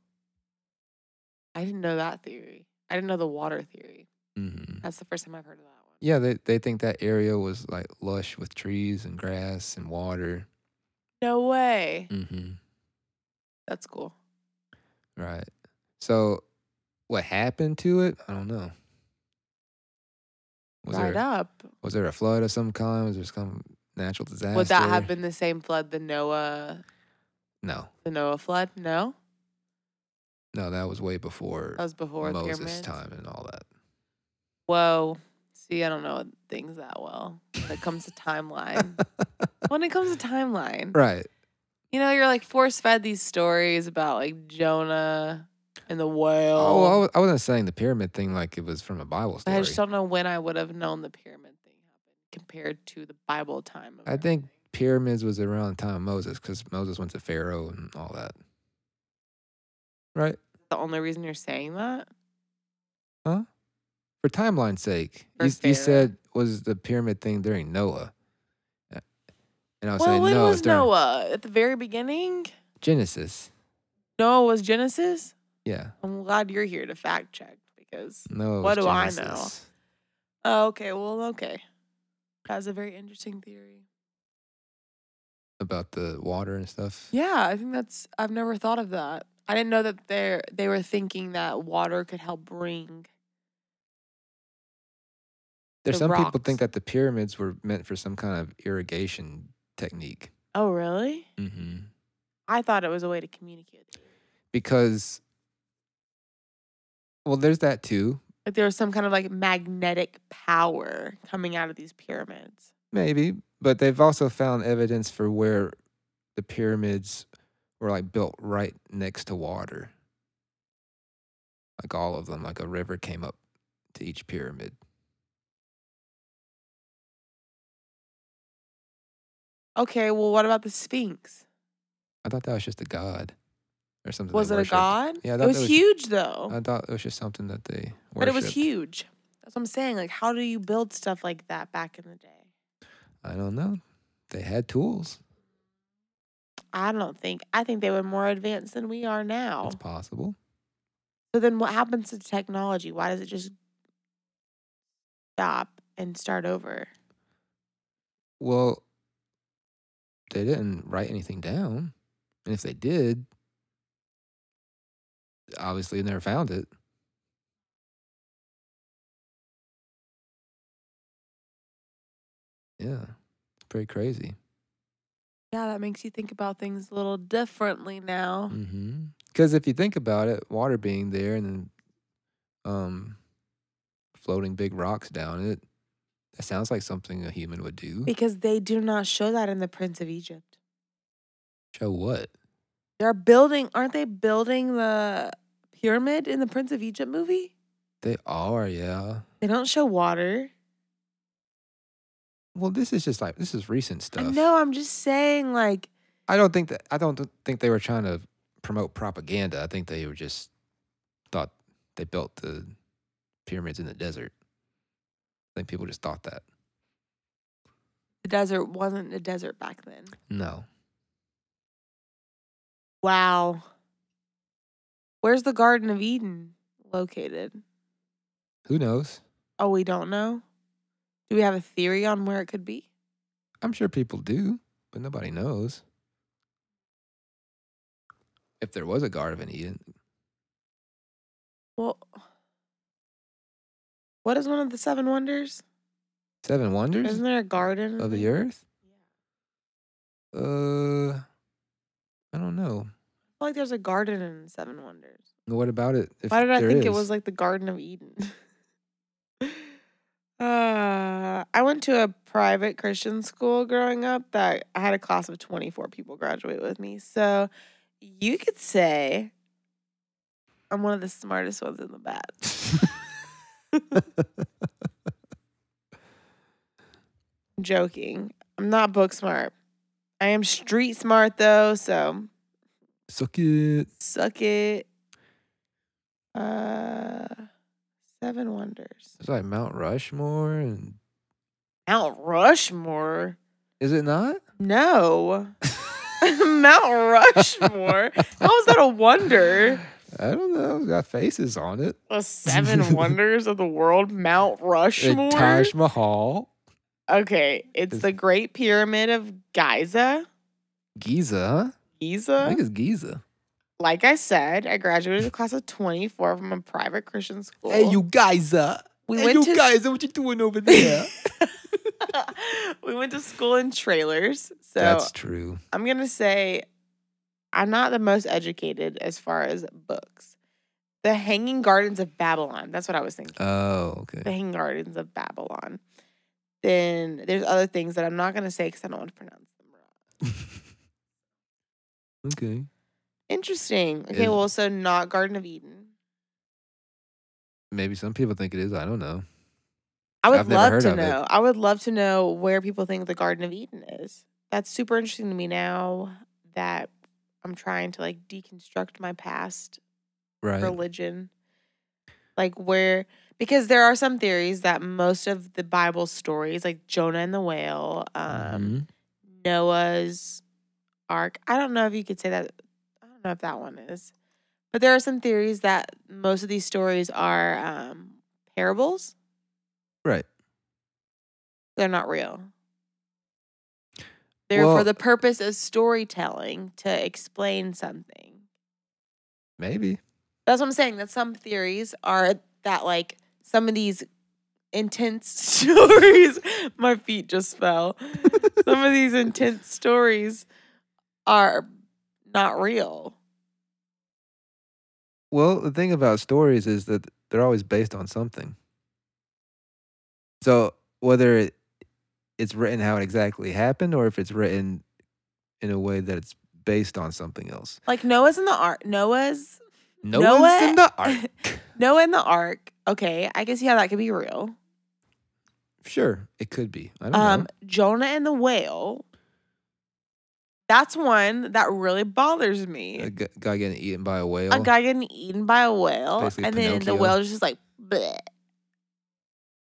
I didn't know that theory. I didn't know the water theory. hmm That's the first time I've heard of that one. Yeah, they they think that area was like lush with trees and grass and water. No way. hmm Mm. That's cool. Right. So, what happened to it? I don't know. Was right there up. was there a flood of some kind? Was there some natural disaster? Would that have been the same flood the Noah No, the Noah flood? No, no, that was way before, that was before the Moses' pyramids. time and all that. Whoa. See, I don't know things that well when it comes to timeline. when it comes to timeline, Right. you know, you're like force fed these stories about like Jonah in the world. Oh, I wa- I wasn't saying the pyramid thing like it was from a Bible story. I just don't know when I would have known the pyramid thing happened compared to the Bible time. of I think pyramids was around the time of Moses because Moses went to Pharaoh and all that. Right? the only reason you're saying that. For timeline's sake, For you, Pharaoh. you said was the pyramid thing during Noah. Uh, And I was well, saying, when no, was it's during Noah? At the very beginning? Genesis. Noah was Genesis? Yeah. I'm glad you're here to fact check because. Noah What was do I know? Genesis. Oh, okay. Well, okay. That's a very interesting theory. About the water and stuff. Yeah, I think that's. I've never thought of that. I didn't know that they are they were thinking that water could help bring. There's the some people think rocks. that the pyramids were meant for some kind of irrigation technique. Oh, really? Mm-hmm. I thought it was a way to communicate. Because, well, there's that too. Like there was some kind of like magnetic power coming out of these pyramids. Maybe, but they've also found evidence for where the pyramids were like built right next to water. Like all of them, like a river came up to each pyramid. Okay, well, what about the Sphinx? I thought that was just a god or something. they Was it a worshipped. god? Yeah, I it thought was, that was- huge though. I thought it was just something that they worshipped. but it was huge. That's what I'm saying. Like, how do you build stuff like that back in the day? I don't know. They had tools. I don't think. I think they were more advanced than we are now. It's possible. So then what happens to technology? Why does it just stop and start over? Well, they didn't write anything down. And if they did, obviously they never found it. Yeah. It's pretty crazy. Yeah, that makes you think about things a little differently now. Mm-hmm. Because if you think about it, water being there and then um, floating big rocks down it, that sounds like something a human would do. Because they do not show that in the Prince of Egypt. Show what? They're building, aren't they building the pyramid in the Prince of Egypt movie? They are, yeah. They don't show water. Well, this is just like this is recent I stuff. know, I'm just saying, like, I don't think that I don't th- think they were trying to promote propaganda. I think they were just thought they built the pyramids in the desert. I think people just thought that. the desert wasn't a desert back then. No. Wow. Where's the Garden of Eden located? Who knows? Oh, we don't know? Do we have a theory on where it could be? I'm sure people do, but nobody knows. If there was a Garden of Eden, Well, what is one of the seven wonders? Seven Wonders Isn't there a garden? of the Earth? Uh, I don't know. I feel like there's a garden in the seven wonders. What about it? If Why did I there think it is? was like the Garden of Eden? uh, I went to a private Christian school growing up that I had a class of 24 people graduate with me. So you could say I'm one of the smartest ones in the batch. I'm joking. I'm not book smart. I am street smart though, so suck it? Suck it. Uh, Seven Wonders. It's like Mount Rushmore, and Mount Rushmore. is it not? No. Mount Rushmore. How is that a wonder? I don't know. It's got faces on it. The Seven Wonders of the World, Mount Rushmore. And Taj Mahal, okay, it's Is- the Great Pyramid of Giza. Giza. Huh? I Giza. think it's Giza. Like I said, I graduated a class of 24 from a private Christian school. Giza. we went to What uh, you doing over we went to school in trailers. So That's true. I'm going to say I'm not the most educated as far as books. The Hanging Gardens of Babylon. That's what I was thinking. Oh, the okay. Hanging Gardens of Babylon. Then there's other things that I'm not going to say because I don't want to pronounce them wrong. okay. Interesting. Okay, Is- well, so not Garden of Eden. Maybe some people think it is. I don't know. I would I've never love heard to of it. know. I would love to know where people think the Garden of Eden is. That's super interesting to me now that I'm trying to like deconstruct my past Right. religion. Like where because there are some theories that most of the Bible stories, like Jonah and the whale, um, Mhm. Noah's Ark. I don't know if you could say that. I don't know if that one is, but there are some theories that most of these stories are um, parables. Right. They're not real. They're for Well- the purpose of storytelling to explain something. Maybe. That's what I'm saying. That some theories are that like some of these intense stories. My feet just fell. some of these intense stories are not real. Well, the thing about stories is that they're always based on something. So whether it, it's written how it exactly happened, or if it's written in a way that it's based on something else. Like Noah's in the ark. Noah's No Noah- one's in the ark. Noah in the ark. Okay, I guess yeah, that could be real. sure, it could be. I don't know. Um, Jonah and the whale. That's one that really bothers me. A gu- guy getting eaten by a whale. a guy getting eaten by a whale, Basically and then the Pinocchio. whale is just like, Bleh.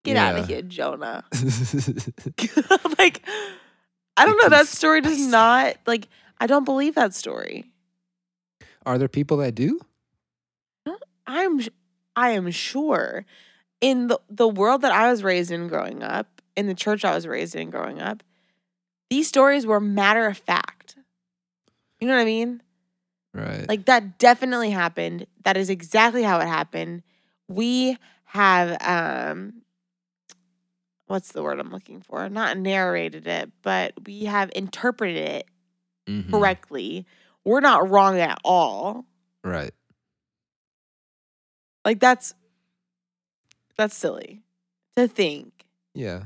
get out Yeah. of here, Jonah. I like, I don't It know. That is story does spicy. not like. I don't believe that story. Are there people that do? I'm, sh- I am sure, in the the world that I was raised in growing up, in the church I was raised in growing up, these stories were matter of fact. You know what I mean? Right. Like that definitely happened. That is exactly how it happened. We have um what's the word I'm looking for? Not narrated it, but we have interpreted it Mhm. correctly. We're not wrong at all. Right. Like that's that's silly to think. Yeah.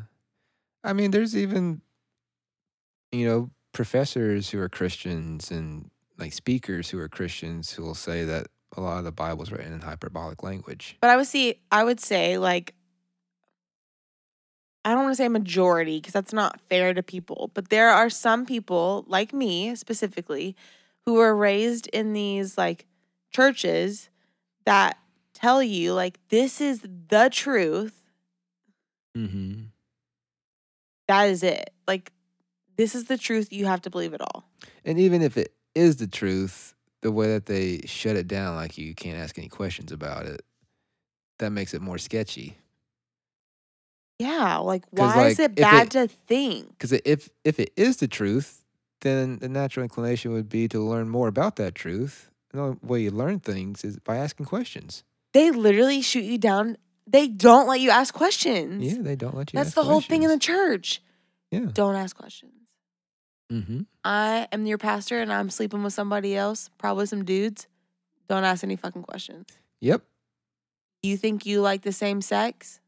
I mean, there's even, you know, professors who are Christians and like speakers who are Christians who will say that a lot of the Bible's written in hyperbolic language. But I would see I would say like I don't want to say majority because that's not fair to people, but there are some people like me specifically who were raised in these like churches that tell you like this is the truth, Mm-hmm. that is it. Like this is the truth you have to believe it all. And even if it is the truth, the way that they shut it down, like you can't ask any questions about it, that makes it more sketchy. Yeah, like 'Cause, why is like, it if bad it- to think? Because if if it is the truth, then the natural inclination would be to learn more about that truth. And the only way you learn things is by asking questions. They literally shoot you down. They don't let you ask questions. Yeah, they don't let you. That's ask the whole thing in the questions. church. yeah. Don't ask questions. Mm-hmm. I am your pastor and I'm sleeping with somebody else, probably some dudes. Don't ask any fucking questions. Yep. You think you like the same sex?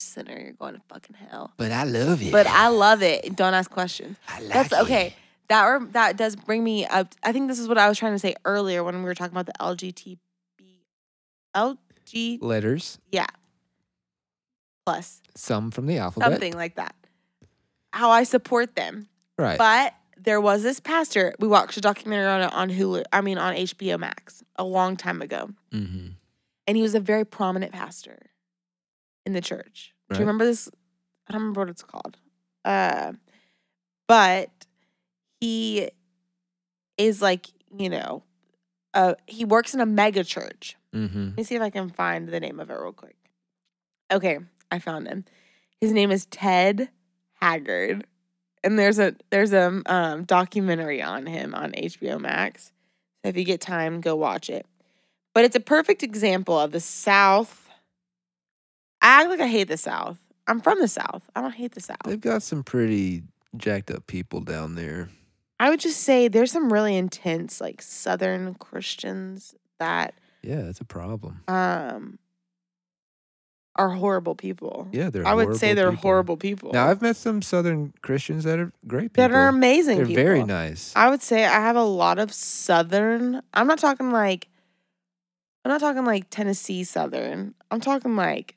Sinner, you're going to fucking hell. But I love it. But I love it. Don't ask questions. I like That's okay. That rem- that does bring me up. I think this is what I was trying to say earlier when we were talking about the LGBT, LG Letters, plus some from the alphabet. something like that. How I support them. Right. But there was this pastor. We watched a documentary on it on Hulu. I mean, on HBO Max a long time ago, mm-hmm. and he was a very prominent pastor in the church. Do you Right. remember this? I don't remember what it's called. Uh, but he is like you know, uh, he works in a mega church. Mm-hmm. Let me see if I can find the name of it real quick. Okay, I found him. His name is Ted Haggard. And there's a there's a um, documentary on him on HBO Max. So if you get time, go watch it. But it's a perfect example of the South. I act like I hate the South. I'm from the South. I don't hate the South. They've got some pretty jacked up people down there. I would just say there's some really intense like Southern Christians that Yeah, that's a problem. um are horrible people. Yeah, they're. I would say they're people. horrible people. Now I've met some Southern Christians that are great people. that are amazing They're people. very nice. I would say I have a lot of Southern. I'm not talking like, I'm not talking like Tennessee Southern. I'm talking like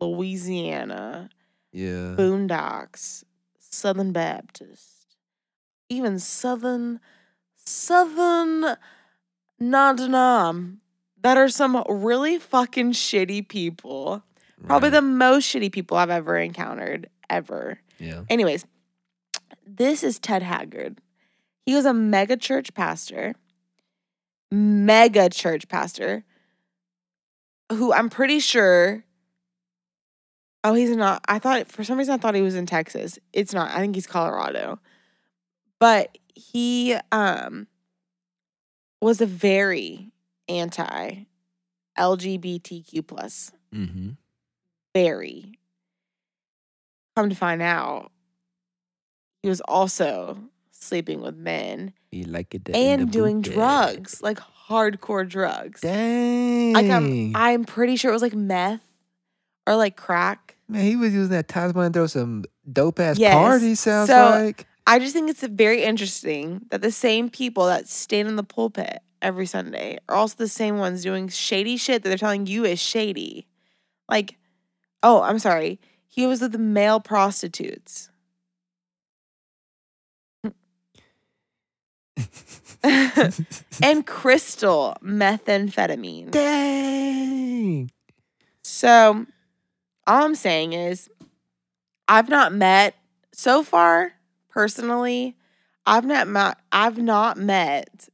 Louisiana, yeah. Boondocks, Southern Baptist, even Southern, Southern non-denom that are some really fucking shitty people. Probably right. the most shitty people I've ever encountered ever. Yeah. Anyways, this is Ted Haggard. He was a mega church pastor, mega church pastor, who I'm pretty sure. Oh, he's not. I thought for some reason I thought he was in Texas. It's not. I think he's Colorado. But he um was a very anti LGBTQ plus Mm-hmm. Barry. Come to find out, he was also sleeping with men You like it and doing drugs, like hardcore drugs. Dang. Like I'm, I'm pretty sure it was like meth or like crack. Man, he was using that time to throw some dope ass Yes. party. Sounds So- like. I just think it's very interesting that the same people that stand in the pulpit every Sunday are also the same ones doing shady shit that they're telling you is shady. Like, oh, I'm sorry. He was with the male prostitutes. and crystal methamphetamine. Dang. So, all I'm saying is, I've not met so far personally. I've not met. I've not met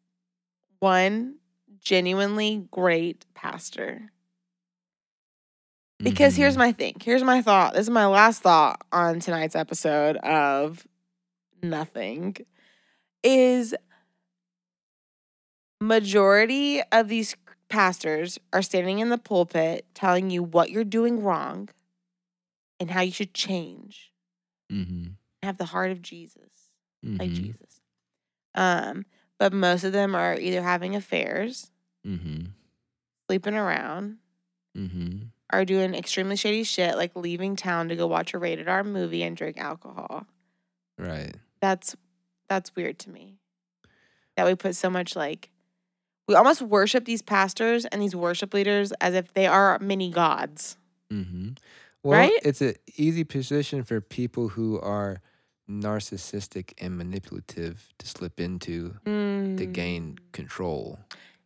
one genuinely great pastor. Because here's my thing. Here's my thought. This is my last thought on tonight's episode of nothing. Is majority of these pastors are standing in the pulpit telling you what you're doing wrong and how you should change. Mm-hmm. Have the heart of Jesus Mm-hmm. like Jesus. Um, but most of them are either having affairs, Mm-hmm. sleeping around, Mm-hmm. are doing extremely shady shit, like leaving town to go watch a rated R movie and drink alcohol. Right. That's that's weird to me. That we put so much like we almost worship these pastors and these worship leaders as if they are mini gods. Mm-hmm. Well, Right? it's an easy position for people who are narcissistic and manipulative to slip into to gain control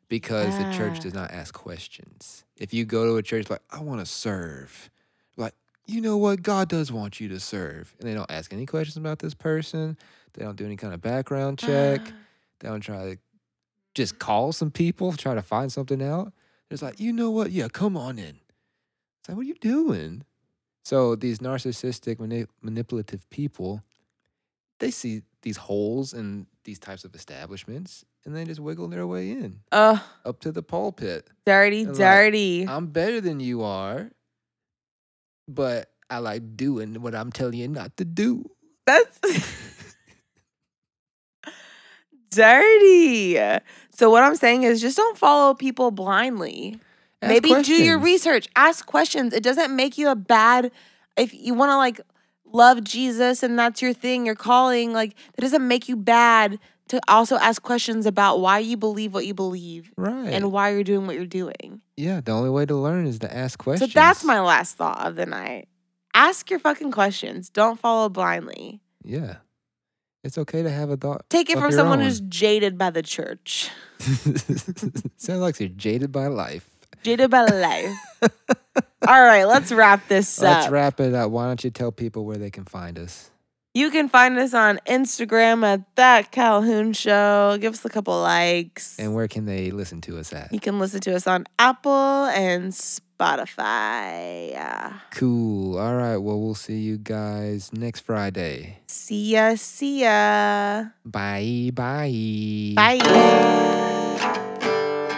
because the church Mm. Ah. does not ask questions. If you go to a church like, I want to serve, like, you know what? God does want you to serve. And they don't ask any questions about this person. They don't do any kind of background check. Ah. They don't try to just call some people, try to find something out. It's like, you know what? Yeah, come on in. It's like, what are you doing? So these narcissistic, manip- manipulative people, they see these holes in these types of establishments, and they just wiggle their way in Ugh, up to the pulpit. dirty, And, like, uh, dirty. I'm better than you are, but I like doing what I'm telling you not to do. That's dirty. So what I'm saying is just don't follow people blindly. Ask Maybe do your questions. research, ask questions. It doesn't make you a bad if you want to like love Jesus and that's your thing, your calling, like that doesn't make you bad to also ask questions about why you believe what you believe Right. and why you're doing what you're doing. yeah, the only way to learn is to ask questions. So that's my last thought of the night. Ask your fucking questions. Don't follow blindly. Yeah. It's okay to have a thought. Take it of from your someone own. who's jaded by the church. Sounds like you're jaded by life. Jada Ballet. All right, let's wrap this up. Let's wrap it up. Why don't you tell people where they can find us? You can find us on Instagram at that Calhoun Show. Give us a couple likes. And where can they listen to us at? you can listen to us on Apple and Spotify. Ah, Yeah. Cool. All right. Well, we'll see you guys next Friday. See ya, see ya. Bye. Bye. Bye.